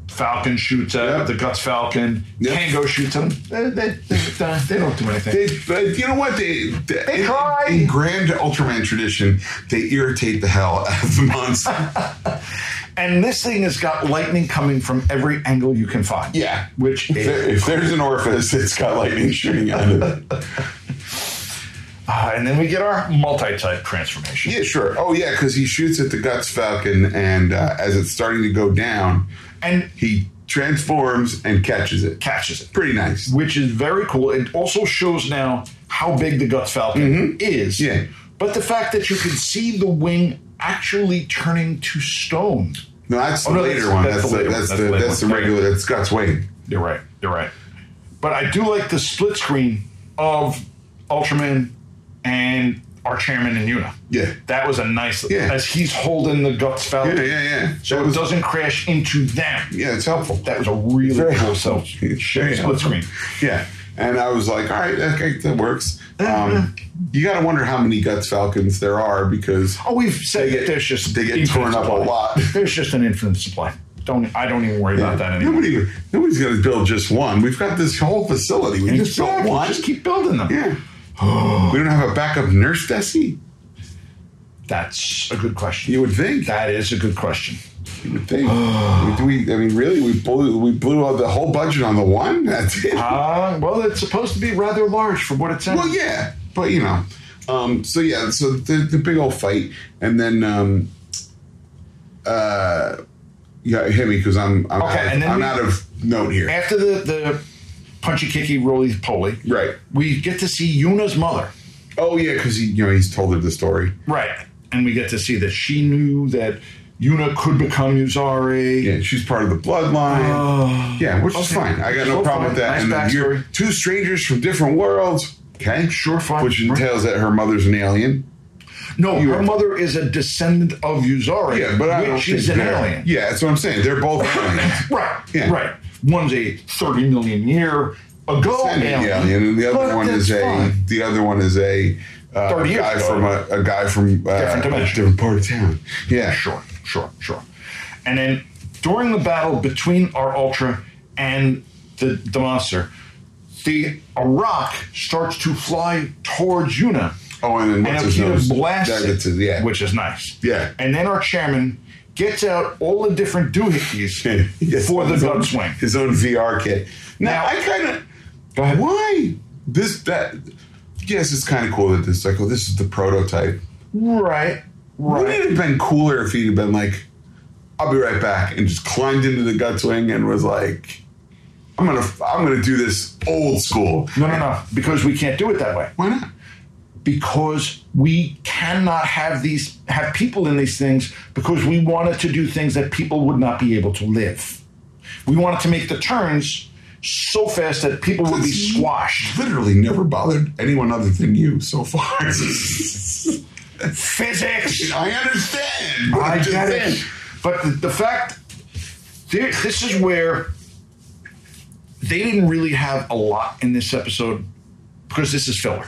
Speaker 3: Falcon shoots at him,
Speaker 2: Yep.
Speaker 3: the Guts Falcon.
Speaker 2: Yep.
Speaker 3: Kango shoots at him. They, they, they, they don't do anything.
Speaker 2: They, but you know what? They, they, in,
Speaker 3: try.
Speaker 2: in grand Ultraman tradition, they irritate the hell out of the monster.
Speaker 3: and this thing has got lightning coming from every angle you can find.
Speaker 2: Yeah.
Speaker 3: Which
Speaker 2: If, there-
Speaker 3: is,
Speaker 2: if there's an orifice, it's got lightning shooting out of it.
Speaker 3: Ah, and then we get our multi-type transformation.
Speaker 2: Yeah, sure. Oh, yeah, because he shoots at the guts falcon, and uh, as it's starting to go down,
Speaker 3: And he
Speaker 2: he transforms and catches it.
Speaker 3: catches it.
Speaker 2: Pretty nice.
Speaker 3: which is very cool. It also shows now how big the Guts Falcon is.
Speaker 2: Mm-hmm. Yeah.
Speaker 3: But the fact that you can see the wing actually turning to stone.
Speaker 2: No, that's the
Speaker 3: Oh, no,
Speaker 2: later
Speaker 3: that's-
Speaker 2: one.
Speaker 3: that's
Speaker 2: That's,
Speaker 3: the
Speaker 2: the,
Speaker 3: later one.
Speaker 2: that's,
Speaker 3: That's
Speaker 2: the
Speaker 3: the later
Speaker 2: that's the
Speaker 3: one.
Speaker 2: regular. That's guts wing.
Speaker 3: You're right. You're right. But I do like the split screen of Ultraman and our chairman and Yuna.
Speaker 2: Yeah.
Speaker 3: That was a nice
Speaker 2: Yeah.
Speaker 3: as he's holding the Guts
Speaker 2: Yeah,
Speaker 3: Falcon.
Speaker 2: yeah, yeah.
Speaker 3: So
Speaker 2: That
Speaker 3: it
Speaker 2: was-
Speaker 3: doesn't crash into them.
Speaker 2: yeah, it's helpful.
Speaker 3: That was a really
Speaker 2: Very
Speaker 3: cool
Speaker 2: helpful.
Speaker 3: self
Speaker 2: It's very
Speaker 3: split screen.
Speaker 2: Yeah, and I was like, all right, okay, that works.
Speaker 3: Uh-huh.
Speaker 2: Um, you got to wonder how many guts falcons there are because
Speaker 3: Oh, we've said
Speaker 2: get-
Speaker 3: that there's just
Speaker 2: they get
Speaker 3: infinite
Speaker 2: torn up a
Speaker 3: supply.
Speaker 2: lot.
Speaker 3: There's just an infinite supply. Don't I don't even worry about that anymore.
Speaker 2: nobody nobody's going to build just one. We've got this whole facility. We just built
Speaker 3: Exactly.
Speaker 2: one.
Speaker 3: Just keep building them.
Speaker 2: Yeah. we don't have a backup nurse, Desi?
Speaker 3: That's a good question.
Speaker 2: You would think.
Speaker 3: that is a good question.
Speaker 2: You would think. Do we, I mean, really, we blew we blew out the whole budget on the one. That's it.
Speaker 3: Uh, well, it's supposed to be rather large for what it's in.
Speaker 2: well, yeah, but you know, um, so yeah, so the, the big old fight, and then um, uh, yeah, hit me because I'm I'm,
Speaker 3: Okay,
Speaker 2: out, of,
Speaker 3: and then
Speaker 2: I'm
Speaker 3: we-
Speaker 2: out of note here.
Speaker 3: After the the punchy kicky roly poly,
Speaker 2: right.
Speaker 3: we get to see Yuna's mother.
Speaker 2: Oh yeah, because he you know he's told her the story.
Speaker 3: Right, and we get to see that she knew that Yuna could become Yuzari.
Speaker 2: Yeah, she's part of the bloodline. yeah, which is
Speaker 3: Oh. okay.
Speaker 2: fine. I got no problem
Speaker 3: So fine.
Speaker 2: with that.
Speaker 3: Nice
Speaker 2: and then you're
Speaker 3: backstory.
Speaker 2: two strangers from different worlds. Okay.
Speaker 3: Sure, fine.
Speaker 2: Which entails that her mother's an alien.
Speaker 3: No,
Speaker 2: You
Speaker 3: her
Speaker 2: are-
Speaker 3: mother is a descendant of Uzari,
Speaker 2: Yeah, but I don't
Speaker 3: which is
Speaker 2: think
Speaker 3: an
Speaker 2: they're-
Speaker 3: alien.
Speaker 2: Yeah, that's what I'm saying. They're both aliens.
Speaker 3: Right,
Speaker 2: Yeah.
Speaker 3: right. One's a 30 million year ago
Speaker 2: And
Speaker 3: alien,
Speaker 2: the alien, and the
Speaker 3: but
Speaker 2: other one is
Speaker 3: that's
Speaker 2: a
Speaker 3: fine.
Speaker 2: the other one is a uh,
Speaker 3: 30 years
Speaker 2: guy
Speaker 3: ago.
Speaker 2: from a, a guy from uh,
Speaker 3: Different dimension.
Speaker 2: different part of town. Yeah,
Speaker 3: Sure, sure, sure. And then during the battle between our Ultra and the, the monster, the a rock starts to fly towards Yuna.
Speaker 2: Oh, and then what's
Speaker 3: and
Speaker 2: his nose?
Speaker 3: Akita blasts
Speaker 2: That
Speaker 3: it,
Speaker 2: gets his- yeah.
Speaker 3: which is nice.
Speaker 2: Yeah.
Speaker 3: And then our chairman gets out all the different doohickeys
Speaker 2: He gets
Speaker 3: for the
Speaker 2: his own-
Speaker 3: gun swing.
Speaker 2: His own VR kit. Now,
Speaker 3: Now-
Speaker 2: I kind of
Speaker 3: Go ahead.
Speaker 2: why this that. Yes, it's kind of cool that this like, oh, this is the prototype.
Speaker 3: Right,
Speaker 2: Wouldn't it have been cooler if he'd have been like, "I'll be right back," and just climbed into the gutswing and was like, "I'm gonna, I'm gonna do this old school."
Speaker 3: No, no, no. Because we can't do it that way.
Speaker 2: Why not?
Speaker 3: because we cannot have these have people in these things because we wanted to do things that people would not be able to live. We wanted to make the turns so fast that people would be
Speaker 2: That's-
Speaker 3: squashed.
Speaker 2: Literally, never bothered anyone other than you so far.
Speaker 3: Physics.
Speaker 2: I understand. but I'm
Speaker 3: I
Speaker 2: just
Speaker 3: get
Speaker 2: saying.
Speaker 3: it. But the, the fact there, this is where they didn't really have a lot in this episode because this is filler.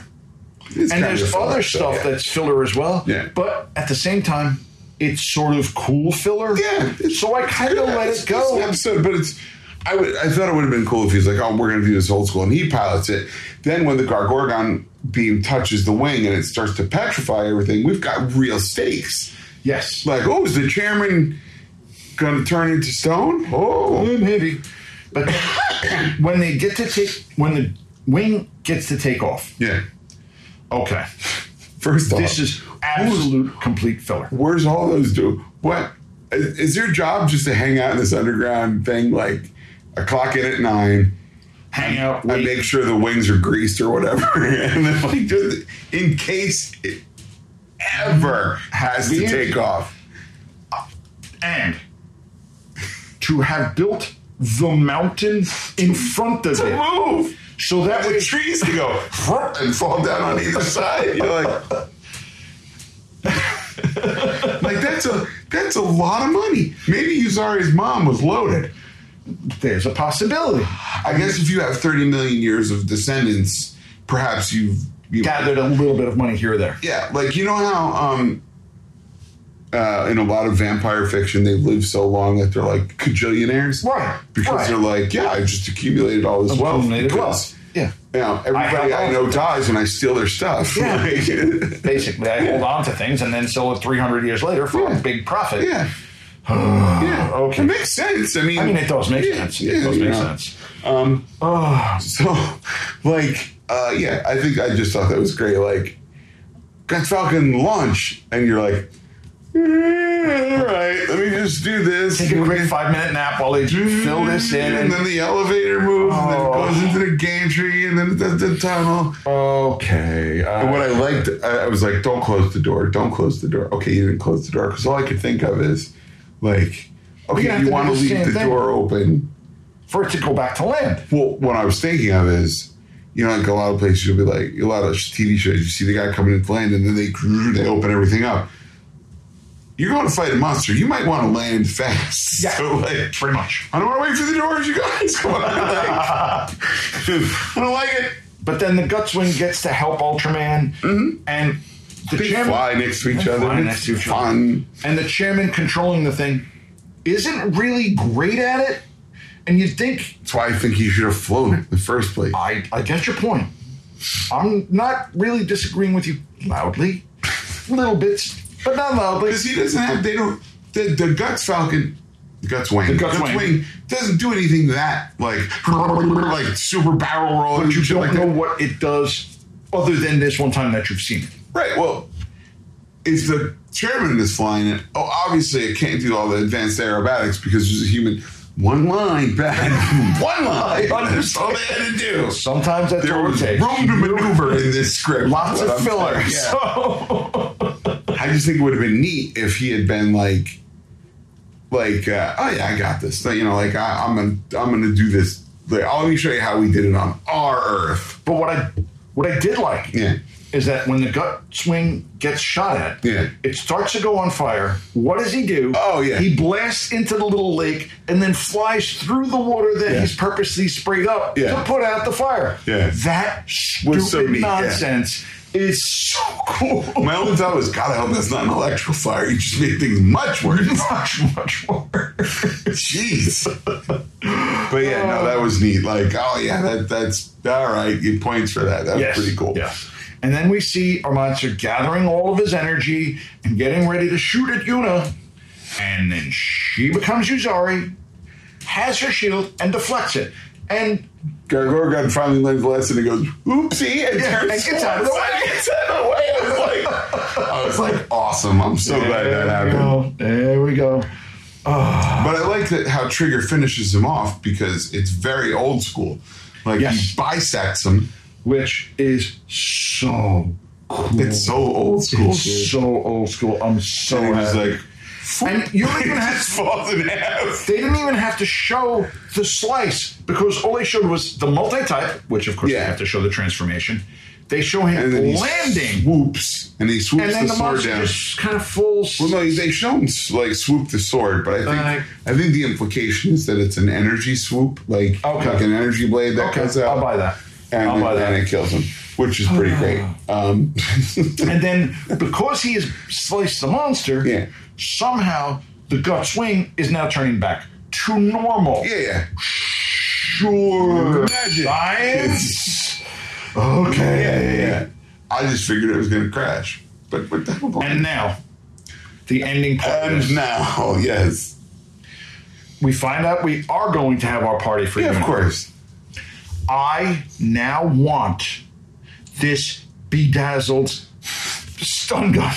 Speaker 2: It's
Speaker 3: and
Speaker 2: kind
Speaker 3: there's
Speaker 2: of fun,
Speaker 3: other
Speaker 2: so,
Speaker 3: stuff
Speaker 2: yeah.
Speaker 3: that's filler as well.
Speaker 2: Yeah.
Speaker 3: But at the same time, it's sort of cool filler.
Speaker 2: Yeah, it's-
Speaker 3: So I kind of let
Speaker 2: it's-
Speaker 3: it go.
Speaker 2: It's an episode, but it's. I, would, I thought it would have been cool if he's like, oh, we're going to do this old school. And he pilots it. Then when the Gargorgon beam touches the wing and it starts to petrify everything, we've got real stakes.
Speaker 3: yes.
Speaker 2: Like, oh, is the chairman going to turn into stone? Oh.
Speaker 3: maybe. But when they get to take, when the wing gets to take off,
Speaker 2: Yeah.
Speaker 3: okay.
Speaker 2: First off,
Speaker 3: This is absolute complete filler.
Speaker 2: where's all those do? What is, is your job just to hang out in this underground thing? Like, I clock in at nine.
Speaker 3: Hang out,
Speaker 2: I
Speaker 3: wait.
Speaker 2: make sure the wings are greased or whatever, and then like just in case it ever has to
Speaker 3: Weird.
Speaker 2: take off.
Speaker 3: and to have built the mountain in front of it.
Speaker 2: Move
Speaker 3: So that
Speaker 2: the
Speaker 3: way,
Speaker 2: trees to go and fall down on either side. You're like, like that's a that's a lot of money. Maybe Uzari's mom was loaded.
Speaker 3: there's a possibility.
Speaker 2: I guess if you have 30 million years of descendants, perhaps you've you
Speaker 3: Gathered a little bit of money here or there.
Speaker 2: Yeah, like you know how um uh, in a lot of vampire fiction they live so long that they're like cajillionaires,
Speaker 3: Right,
Speaker 2: Because
Speaker 3: right.
Speaker 2: they're like, yeah, I just accumulated all this wealth.
Speaker 3: Accumulated
Speaker 2: because,
Speaker 3: wealth, yeah.
Speaker 2: You know, everybody
Speaker 3: have
Speaker 2: I,
Speaker 3: all
Speaker 2: know
Speaker 3: of it.
Speaker 2: dies when I steal their stuff.
Speaker 3: Yeah.
Speaker 2: Like,
Speaker 3: basically. I hold on to things and then sell it 300 years later for
Speaker 2: Yeah.
Speaker 3: a big profit.
Speaker 2: yeah. yeah.
Speaker 3: okay.
Speaker 2: It makes sense. I mean,
Speaker 3: I mean, it does make
Speaker 2: yeah,
Speaker 3: sense.
Speaker 2: yeah,
Speaker 3: It does
Speaker 2: you
Speaker 3: make
Speaker 2: know.
Speaker 3: sense.
Speaker 2: Um, so, like, uh, yeah, I think I just thought that was great. Like, got Falcon launch, and you're like, "Eh, all right, let me just do this. Mm,
Speaker 3: Take a quick five minute nap while they fill this in.
Speaker 2: Mm-hmm. And then the elevator moves,
Speaker 3: Oh.
Speaker 2: and then it goes into the gantry, and then it does the tunnel.
Speaker 3: okay. uh,
Speaker 2: And what I liked, I, I was like, don't close the door, don't close the door. Okay, you didn't close the door because all I could think of is, like,
Speaker 3: have
Speaker 2: okay,
Speaker 3: to
Speaker 2: you
Speaker 3: do
Speaker 2: want to
Speaker 3: the
Speaker 2: leave
Speaker 3: same
Speaker 2: the
Speaker 3: thing.
Speaker 2: door open.
Speaker 3: for it to go back to land.
Speaker 2: Well, what I was thinking of is, you know, like a lot of places you'll be like a lot of TV shows. You see the guy coming in to land, and then they they open everything up. You're going to fight a monster. You might want to land fast.
Speaker 3: Yeah.
Speaker 2: So like,
Speaker 3: Pretty much.
Speaker 2: I don't want to wait for the doors, you guys. Come on, like, I don't like it.
Speaker 3: But then the Gutswing gets to help Ultraman and the
Speaker 2: They
Speaker 3: chairman
Speaker 2: Mm-hmm. fly next to each other.
Speaker 3: fly
Speaker 2: and
Speaker 3: next to
Speaker 2: it's
Speaker 3: each other.
Speaker 2: fun.
Speaker 3: and the chairman controlling the thing isn't really great at it. And you'd think
Speaker 2: That's why I think he should have flown it in the first place.
Speaker 3: I, I get your point. I'm not really disagreeing with you loudly, little bits, but not loudly.
Speaker 2: Because he doesn't have, they don't, the, the Guts Falcon, the Guts Wing, the
Speaker 3: Guts
Speaker 2: Wing.
Speaker 3: Wing.
Speaker 2: doesn't do anything that, like, like super barrel roll and
Speaker 3: You
Speaker 2: shit
Speaker 3: don't
Speaker 2: like
Speaker 3: know
Speaker 2: that.
Speaker 3: what it does other than this one time that you've seen it.
Speaker 2: Right, well, if the chairman is flying it, oh, obviously it can't do all the advanced aerobatics because it's a human. One line, bad. One line. That's all they had to do.
Speaker 3: Sometimes that's
Speaker 2: There
Speaker 3: all it
Speaker 2: was
Speaker 3: takes.
Speaker 2: room to maneuver in this script.
Speaker 3: Lots
Speaker 2: But
Speaker 3: of
Speaker 2: I'm-
Speaker 3: filler.
Speaker 2: yeah.
Speaker 3: So
Speaker 2: I just think it would have been neat if he had been like, like, uh, oh yeah, I got this. Like, you know, like "Oh, I, I'm gonna, I'm gonna do this. Like, I'll- let me show you how we did it on our Earth.
Speaker 3: But what I What I did like
Speaker 2: Yeah.
Speaker 3: is that when the gut swing gets shot at,
Speaker 2: Yeah.
Speaker 3: it starts to go on fire. What does he do?
Speaker 2: Oh, yeah.
Speaker 3: He blasts into the little lake and then flies through the water that
Speaker 2: Yeah.
Speaker 3: he's purposely sprayed up
Speaker 2: Yeah.
Speaker 3: to put out the fire.
Speaker 2: Yeah.
Speaker 3: That stupid
Speaker 2: so neat, yeah.
Speaker 3: nonsense is so cool.
Speaker 2: My only thought was, God, I hope that's not an electrical fire. You just made things much worse.
Speaker 3: much, much more.
Speaker 2: Jeez. But yeah, no, that was neat. Like, oh yeah, that that's all right. You points for that. That was
Speaker 3: Yes,
Speaker 2: pretty cool.
Speaker 3: Yes. And then we see our monster gathering all of his energy and getting ready to shoot at Yuna. And then she becomes Yuzari, has her shield, and deflects it. And
Speaker 2: Gargorgon finally learns the lesson and goes, oopsie, and
Speaker 3: Yeah,
Speaker 2: turns
Speaker 3: and gets out of the way.
Speaker 2: Gets out of the way. I was like, I was like, awesome. I'm so glad that
Speaker 3: we
Speaker 2: happened.
Speaker 3: go. There we go.
Speaker 2: But I like that how Trigger finishes him off because it's very old school. Like
Speaker 3: Yes.
Speaker 2: he bisects him.
Speaker 3: Which is so cool.
Speaker 2: It's so old school.
Speaker 3: It's
Speaker 2: dude.
Speaker 3: so old school. I'm so
Speaker 2: and he was
Speaker 3: happy.
Speaker 2: like,
Speaker 3: And you don't even have-
Speaker 2: just falls in half.
Speaker 3: they didn't even have to show the slice because all they showed was the multi-type, which of course
Speaker 2: Yeah.
Speaker 3: they have to show the transformation. They show
Speaker 2: And
Speaker 3: him
Speaker 2: then he
Speaker 3: landing,
Speaker 2: swoops and he swoops
Speaker 3: and then
Speaker 2: the,
Speaker 3: the,
Speaker 2: sword
Speaker 3: monster
Speaker 2: down.
Speaker 3: just kind of falls.
Speaker 2: Well, no, they shown like swoop the sword, but I think I think the implication is that it's an energy swoop, like
Speaker 3: Okay.
Speaker 2: like an energy blade that
Speaker 3: okay,
Speaker 2: comes out.
Speaker 3: I'll buy that.
Speaker 2: And,
Speaker 3: I'll buy
Speaker 2: and
Speaker 3: that. Ah.
Speaker 2: it kills him, which is pretty great. Um,
Speaker 3: And then because he has sliced the monster,
Speaker 2: Yeah.
Speaker 3: somehow the gut swing is now turning back to normal.
Speaker 2: yeah, yeah.
Speaker 3: Sure.
Speaker 2: Magic.
Speaker 3: Science. okay.
Speaker 2: Yeah, yeah, yeah. I just figured it was going to crash, but what the hell?
Speaker 3: And now, the ending part.
Speaker 2: And
Speaker 3: is-
Speaker 2: now, yes,
Speaker 3: we find out we are going to have our party for
Speaker 2: yeah,
Speaker 3: you.
Speaker 2: of course.
Speaker 3: I now want this bedazzled stun gun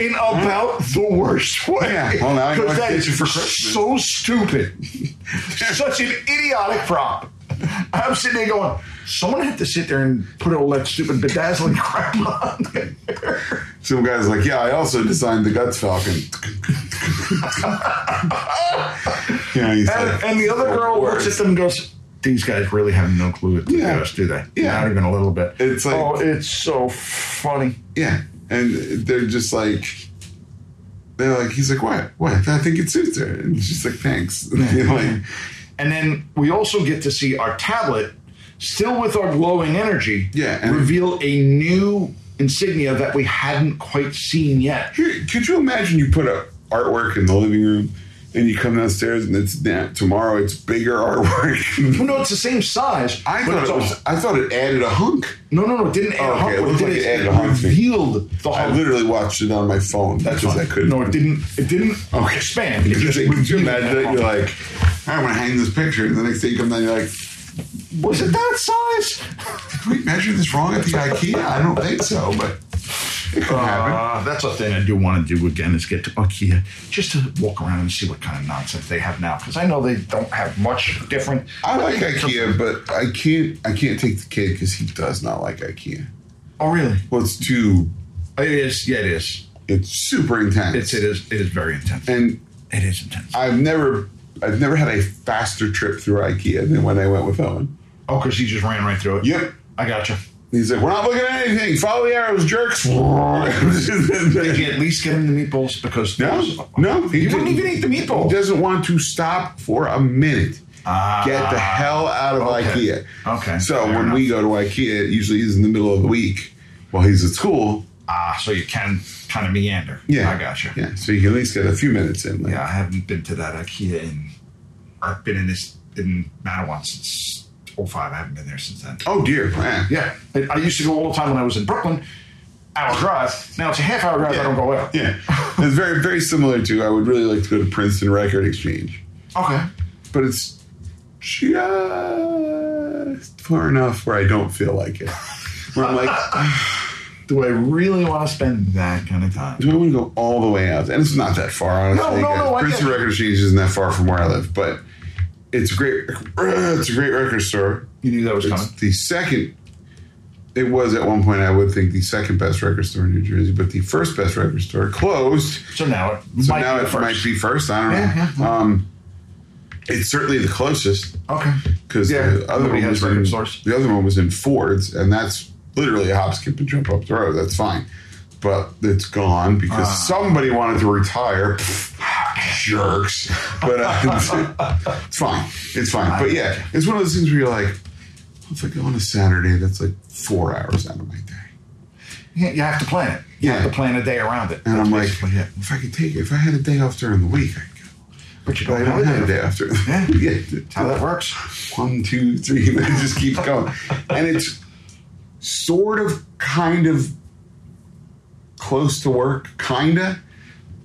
Speaker 3: in about the worst way.
Speaker 2: Yeah, well, now I know
Speaker 3: 'Cause
Speaker 2: what to
Speaker 3: that
Speaker 2: get you for
Speaker 3: is
Speaker 2: Christmas.
Speaker 3: So stupid. Such an idiotic prop. I'm sitting there going, someone had to sit there and put all that stupid bedazzling crap on there.
Speaker 2: Some guy's like, yeah, I also designed the guts falcon. yeah, he's
Speaker 3: And,
Speaker 2: like,
Speaker 3: and the other girl looks at them and goes, these guys really have no clue what to
Speaker 2: Yeah.
Speaker 3: do us, do they?
Speaker 2: Yeah.
Speaker 3: Not even a little bit.
Speaker 2: It's like-
Speaker 3: oh, it's so funny.
Speaker 2: Yeah, and they're just like, they're like, he's like, what? What? I think it suits her, and she's like, thanks. You know, like,
Speaker 3: And then we also get to see our tablet, still with our glowing energy,
Speaker 2: Yeah, and-
Speaker 3: reveal a new insignia that we hadn't quite seen yet.
Speaker 2: here, could you imagine you put up artwork in the living room, and you come downstairs, and it's now, tomorrow it's bigger artwork.
Speaker 3: Well, no, it's the same size.
Speaker 2: I
Speaker 3: but
Speaker 2: thought
Speaker 3: it's
Speaker 2: it
Speaker 3: a-
Speaker 2: was. I thought it added a hunk.
Speaker 3: No, no, no. It didn't
Speaker 2: Okay,
Speaker 3: add a hump.
Speaker 2: it
Speaker 3: What
Speaker 2: looked like
Speaker 3: did
Speaker 2: it
Speaker 3: is
Speaker 2: added a hump to me.
Speaker 3: revealed the
Speaker 2: I
Speaker 3: hump.
Speaker 2: literally watched it on my phone. That's because I couldn't.
Speaker 3: No, it didn't. It didn't expand. It
Speaker 2: Could
Speaker 3: just
Speaker 2: you, could you
Speaker 3: revealed
Speaker 2: imagine
Speaker 3: that
Speaker 2: that? You're
Speaker 3: hump.
Speaker 2: like, I'm gonna hang this picture, and the next day you come down, you're like,
Speaker 3: was it that size?
Speaker 2: did we measure this wrong at the IKEA? I don't think so, but it could happen.
Speaker 3: Uh, that's a thing I do want to do again is get to IKEA just to walk around and see what kind of nonsense they have now because I know they don't have much different.
Speaker 2: I like IKEA, but I can't. I can't take the kid because he does not like IKEA.
Speaker 3: Oh, really?
Speaker 2: Well, it's too.
Speaker 3: It is. Yeah, it is.
Speaker 2: It's super intense.
Speaker 3: It's it is it is very intense.
Speaker 2: And
Speaker 3: It is intense.
Speaker 2: I've never, I've never had a faster trip through IKEA than when I went with Owen.
Speaker 3: oh, because he just ran right through it.
Speaker 2: Yep.
Speaker 3: I gotcha.
Speaker 2: He's like, we're not looking at anything. Follow the arrows, jerks. Did
Speaker 3: Did you at least get him the meatballs? Because
Speaker 2: No, no.
Speaker 3: he, wouldn't
Speaker 2: didn't.
Speaker 3: even eat the meatball.
Speaker 2: He doesn't want to stop for a minute.
Speaker 3: Ah.
Speaker 2: Get the hell out of
Speaker 3: Okay.
Speaker 2: IKEA.
Speaker 3: Okay,
Speaker 2: So
Speaker 3: fair
Speaker 2: when we go to IKEA, it usually is in the middle of the week while he's at school.
Speaker 3: Ah, so you can kind of meander.
Speaker 2: Yeah.
Speaker 3: I gotcha.
Speaker 2: Yeah. So you can at least get a few minutes in. Like,
Speaker 3: Yeah, I haven't been to that IKEA in. I've been in this in Mattawan since 05. I haven't been there since then.
Speaker 2: Oh dear. Yeah.
Speaker 3: Yeah, I, I used to go all the time when I was in Brooklyn. Hour drive. Now it's a half hour drive. I don't go out.
Speaker 2: Yeah. it's very very similar to I would really like to go to Princeton Record Exchange.
Speaker 3: Okay.
Speaker 2: But it's just far enough where I don't feel like it. Where I'm like,
Speaker 3: Do I really want to spend that kind of time?
Speaker 2: do I want to go all the way out? And it's not that far, honestly.
Speaker 3: No, no, no, I
Speaker 2: Princeton
Speaker 3: get it.
Speaker 2: Record Exchange isn't that far from where I live, but it's a great. It's a great record store.
Speaker 3: You knew that was coming.
Speaker 2: It's the second. It was at one point, I would think, the second best record store in New Jersey, but the first best record store closed.
Speaker 3: So now it
Speaker 2: So
Speaker 3: might
Speaker 2: now it
Speaker 3: be the first.
Speaker 2: Uh, might be first. I don't know.
Speaker 3: Yeah,
Speaker 2: Um, It's certainly the closest
Speaker 3: Okay.
Speaker 2: because
Speaker 3: Yeah,
Speaker 2: the other one
Speaker 3: nobody has
Speaker 2: was
Speaker 3: record
Speaker 2: in,
Speaker 3: stores.
Speaker 2: The other one was in Ford's, and that's literally a hop, skip, and jump up the road. That's fine, but it's gone because
Speaker 3: Ah.
Speaker 2: somebody wanted to retire. Pfft, Jerks, but uh, it's fine. It's fine. But yeah, it's one of those things where you're like, if I go on a Saturday, that's like four hours out of my day.
Speaker 3: You you have to plan it. You
Speaker 2: Yeah.
Speaker 3: have to plan a day around it.
Speaker 2: And
Speaker 3: That's
Speaker 2: I'm like,
Speaker 3: basically it.
Speaker 2: if I could take it, if I had a day off during the week, I could.
Speaker 3: But you
Speaker 2: But
Speaker 3: don't
Speaker 2: I don't have a
Speaker 3: have it.
Speaker 2: day after.
Speaker 3: Yeah.
Speaker 2: yeah.
Speaker 3: That's how that works.
Speaker 2: one, two, three, and it just keeps going. And it's sort of kind of close to work, kinda,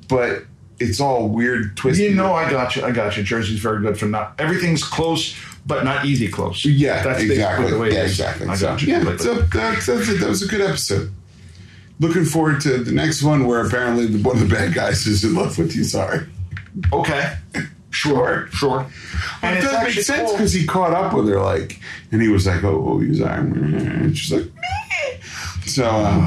Speaker 2: but it's all weird, twisted.
Speaker 3: You know, I got you. I got you. Jersey's very good for not everything's close, but not easy close.
Speaker 2: yeah,
Speaker 3: That's basically
Speaker 2: exactly.
Speaker 3: the way it
Speaker 2: yeah,
Speaker 3: is.
Speaker 2: exactly.
Speaker 3: I
Speaker 2: So,
Speaker 3: got you.
Speaker 2: Yeah,
Speaker 3: completely.
Speaker 2: so that's, that's it. That was a good episode. Looking forward to the next one where apparently the, one of the bad guys is in love with you. Sorry.
Speaker 3: Okay. Sure. Sure.
Speaker 2: it
Speaker 3: it's
Speaker 2: does make
Speaker 3: actually
Speaker 2: sense
Speaker 3: cool.
Speaker 2: because he caught up with her, like, and he was like, "Oh, oh he's Iron Man," and she's like, "So, um,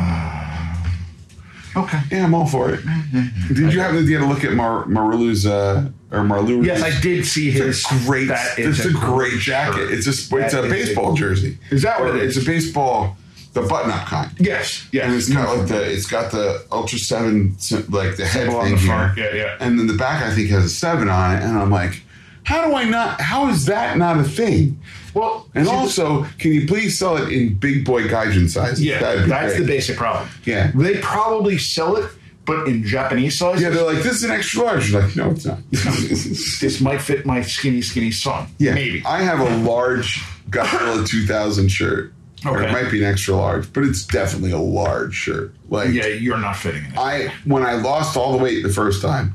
Speaker 3: Okay.
Speaker 2: yeah, I'm all for it."
Speaker 3: Mm-hmm.
Speaker 2: Did you happen to get a look at Mar- Marulu's uh, or Marulu?
Speaker 3: Yes, I did see his.
Speaker 2: It's a great.
Speaker 3: That is
Speaker 2: It's a, great jacket.
Speaker 3: shirt.
Speaker 2: It's a sp- it's
Speaker 3: That
Speaker 2: a
Speaker 3: is a-
Speaker 2: baseball jersey.
Speaker 3: Is that what
Speaker 2: Or
Speaker 3: it is?
Speaker 2: It's a baseball, the button-up kind.
Speaker 3: Yes. Yes.
Speaker 2: And it's got like the it's got the Ultra Seven like the head
Speaker 3: Symbol on
Speaker 2: thing
Speaker 3: the
Speaker 2: here,
Speaker 3: front, yeah, yeah.
Speaker 2: And then the back I think has a seven on it, and I'm like, how do I not? How is that not a thing?
Speaker 3: well,
Speaker 2: And
Speaker 3: see,
Speaker 2: also, can you please sell it in big boy gaijin sizes?
Speaker 3: yeah,
Speaker 2: That'd be
Speaker 3: that's
Speaker 2: great.
Speaker 3: the basic problem.
Speaker 2: Yeah.
Speaker 3: They probably sell it, but in Japanese size.
Speaker 2: Yeah, they're like, this is an extra large. You're like, no, it's not.
Speaker 3: this might fit my skinny, skinny son.
Speaker 2: yeah,
Speaker 3: Maybe.
Speaker 2: I have a large Godzilla 2000 shirt. Or it
Speaker 3: Okay.
Speaker 2: might be an extra large, but it's definitely a large shirt. Like,
Speaker 3: yeah, you're not fitting in it.
Speaker 2: I when I lost all the weight the first time,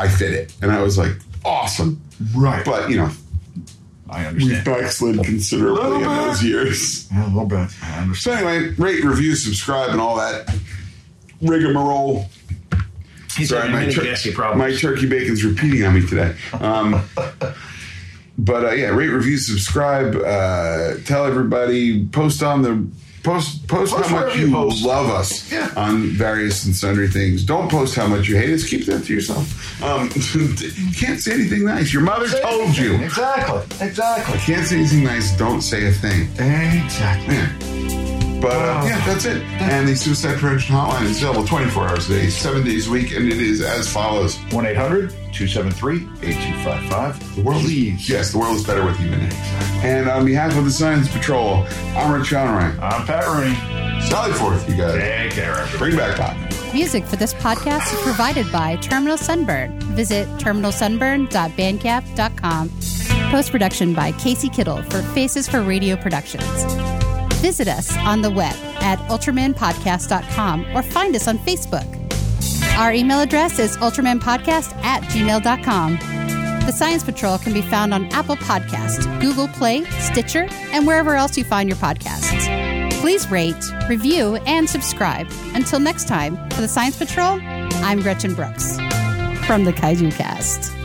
Speaker 2: I fit it, and I was like, awesome.
Speaker 3: right. But
Speaker 2: But you know,
Speaker 3: I
Speaker 2: we've
Speaker 3: understand.
Speaker 2: backslid considerably in
Speaker 3: Little bit.
Speaker 2: those years.
Speaker 3: Yeah, a little bit. I
Speaker 2: So
Speaker 3: understand.
Speaker 2: anyway, rate, review, subscribe, and all that rigmarole.
Speaker 3: He's
Speaker 2: Sorry,
Speaker 3: having
Speaker 2: my,
Speaker 3: many
Speaker 2: tur-
Speaker 3: gassy problems.
Speaker 2: my turkey bacon's repeating on me today. Um, but uh, yeah, rate, review, subscribe, uh, tell everybody, post on the post post,
Speaker 3: Post
Speaker 2: how much
Speaker 3: wherever you
Speaker 2: you
Speaker 3: post.
Speaker 2: love us
Speaker 3: Yeah.
Speaker 2: on various and sundry things. Don't post how much you hate us. Keep that to yourself. Um, you can't say anything nice. Your mother told you.
Speaker 3: Exactly. Exactly.
Speaker 2: Can't say anything nice. Don't say a thing.
Speaker 3: Exactly.
Speaker 2: Yeah. But uh,
Speaker 3: Wow.
Speaker 2: yeah, that's it. And the Suicide Prevention Hotline is available 24 hours a day, seven days a week, and it is as follows.
Speaker 3: 1 800 273 8255. The world leaves.
Speaker 2: Yes, the world is better with you in it. And on behalf of the Science Patrol, I'm Rich Conroy.
Speaker 3: I'm Pat Rooney.
Speaker 2: Sally forth, you guys.
Speaker 3: Take care, everybody.
Speaker 2: Bring back Bob.
Speaker 1: Music for this podcast is provided by Terminal Sunburn. Visit terminalsunburn.bandcamp.com. Post production by Casey Kittle for Faces for Radio Productions. Visit us on the web at ultramanpodcast.com or find us on Facebook. Our email address is ultramanpodcast at gmail.com. The Science Patrol can be found on Apple Podcasts, Google Play, Stitcher, and wherever else you find your podcasts. Please rate, review, and subscribe. Until next time, for the Science Patrol, I'm Gretchen Brooks from the Kaiju Cast.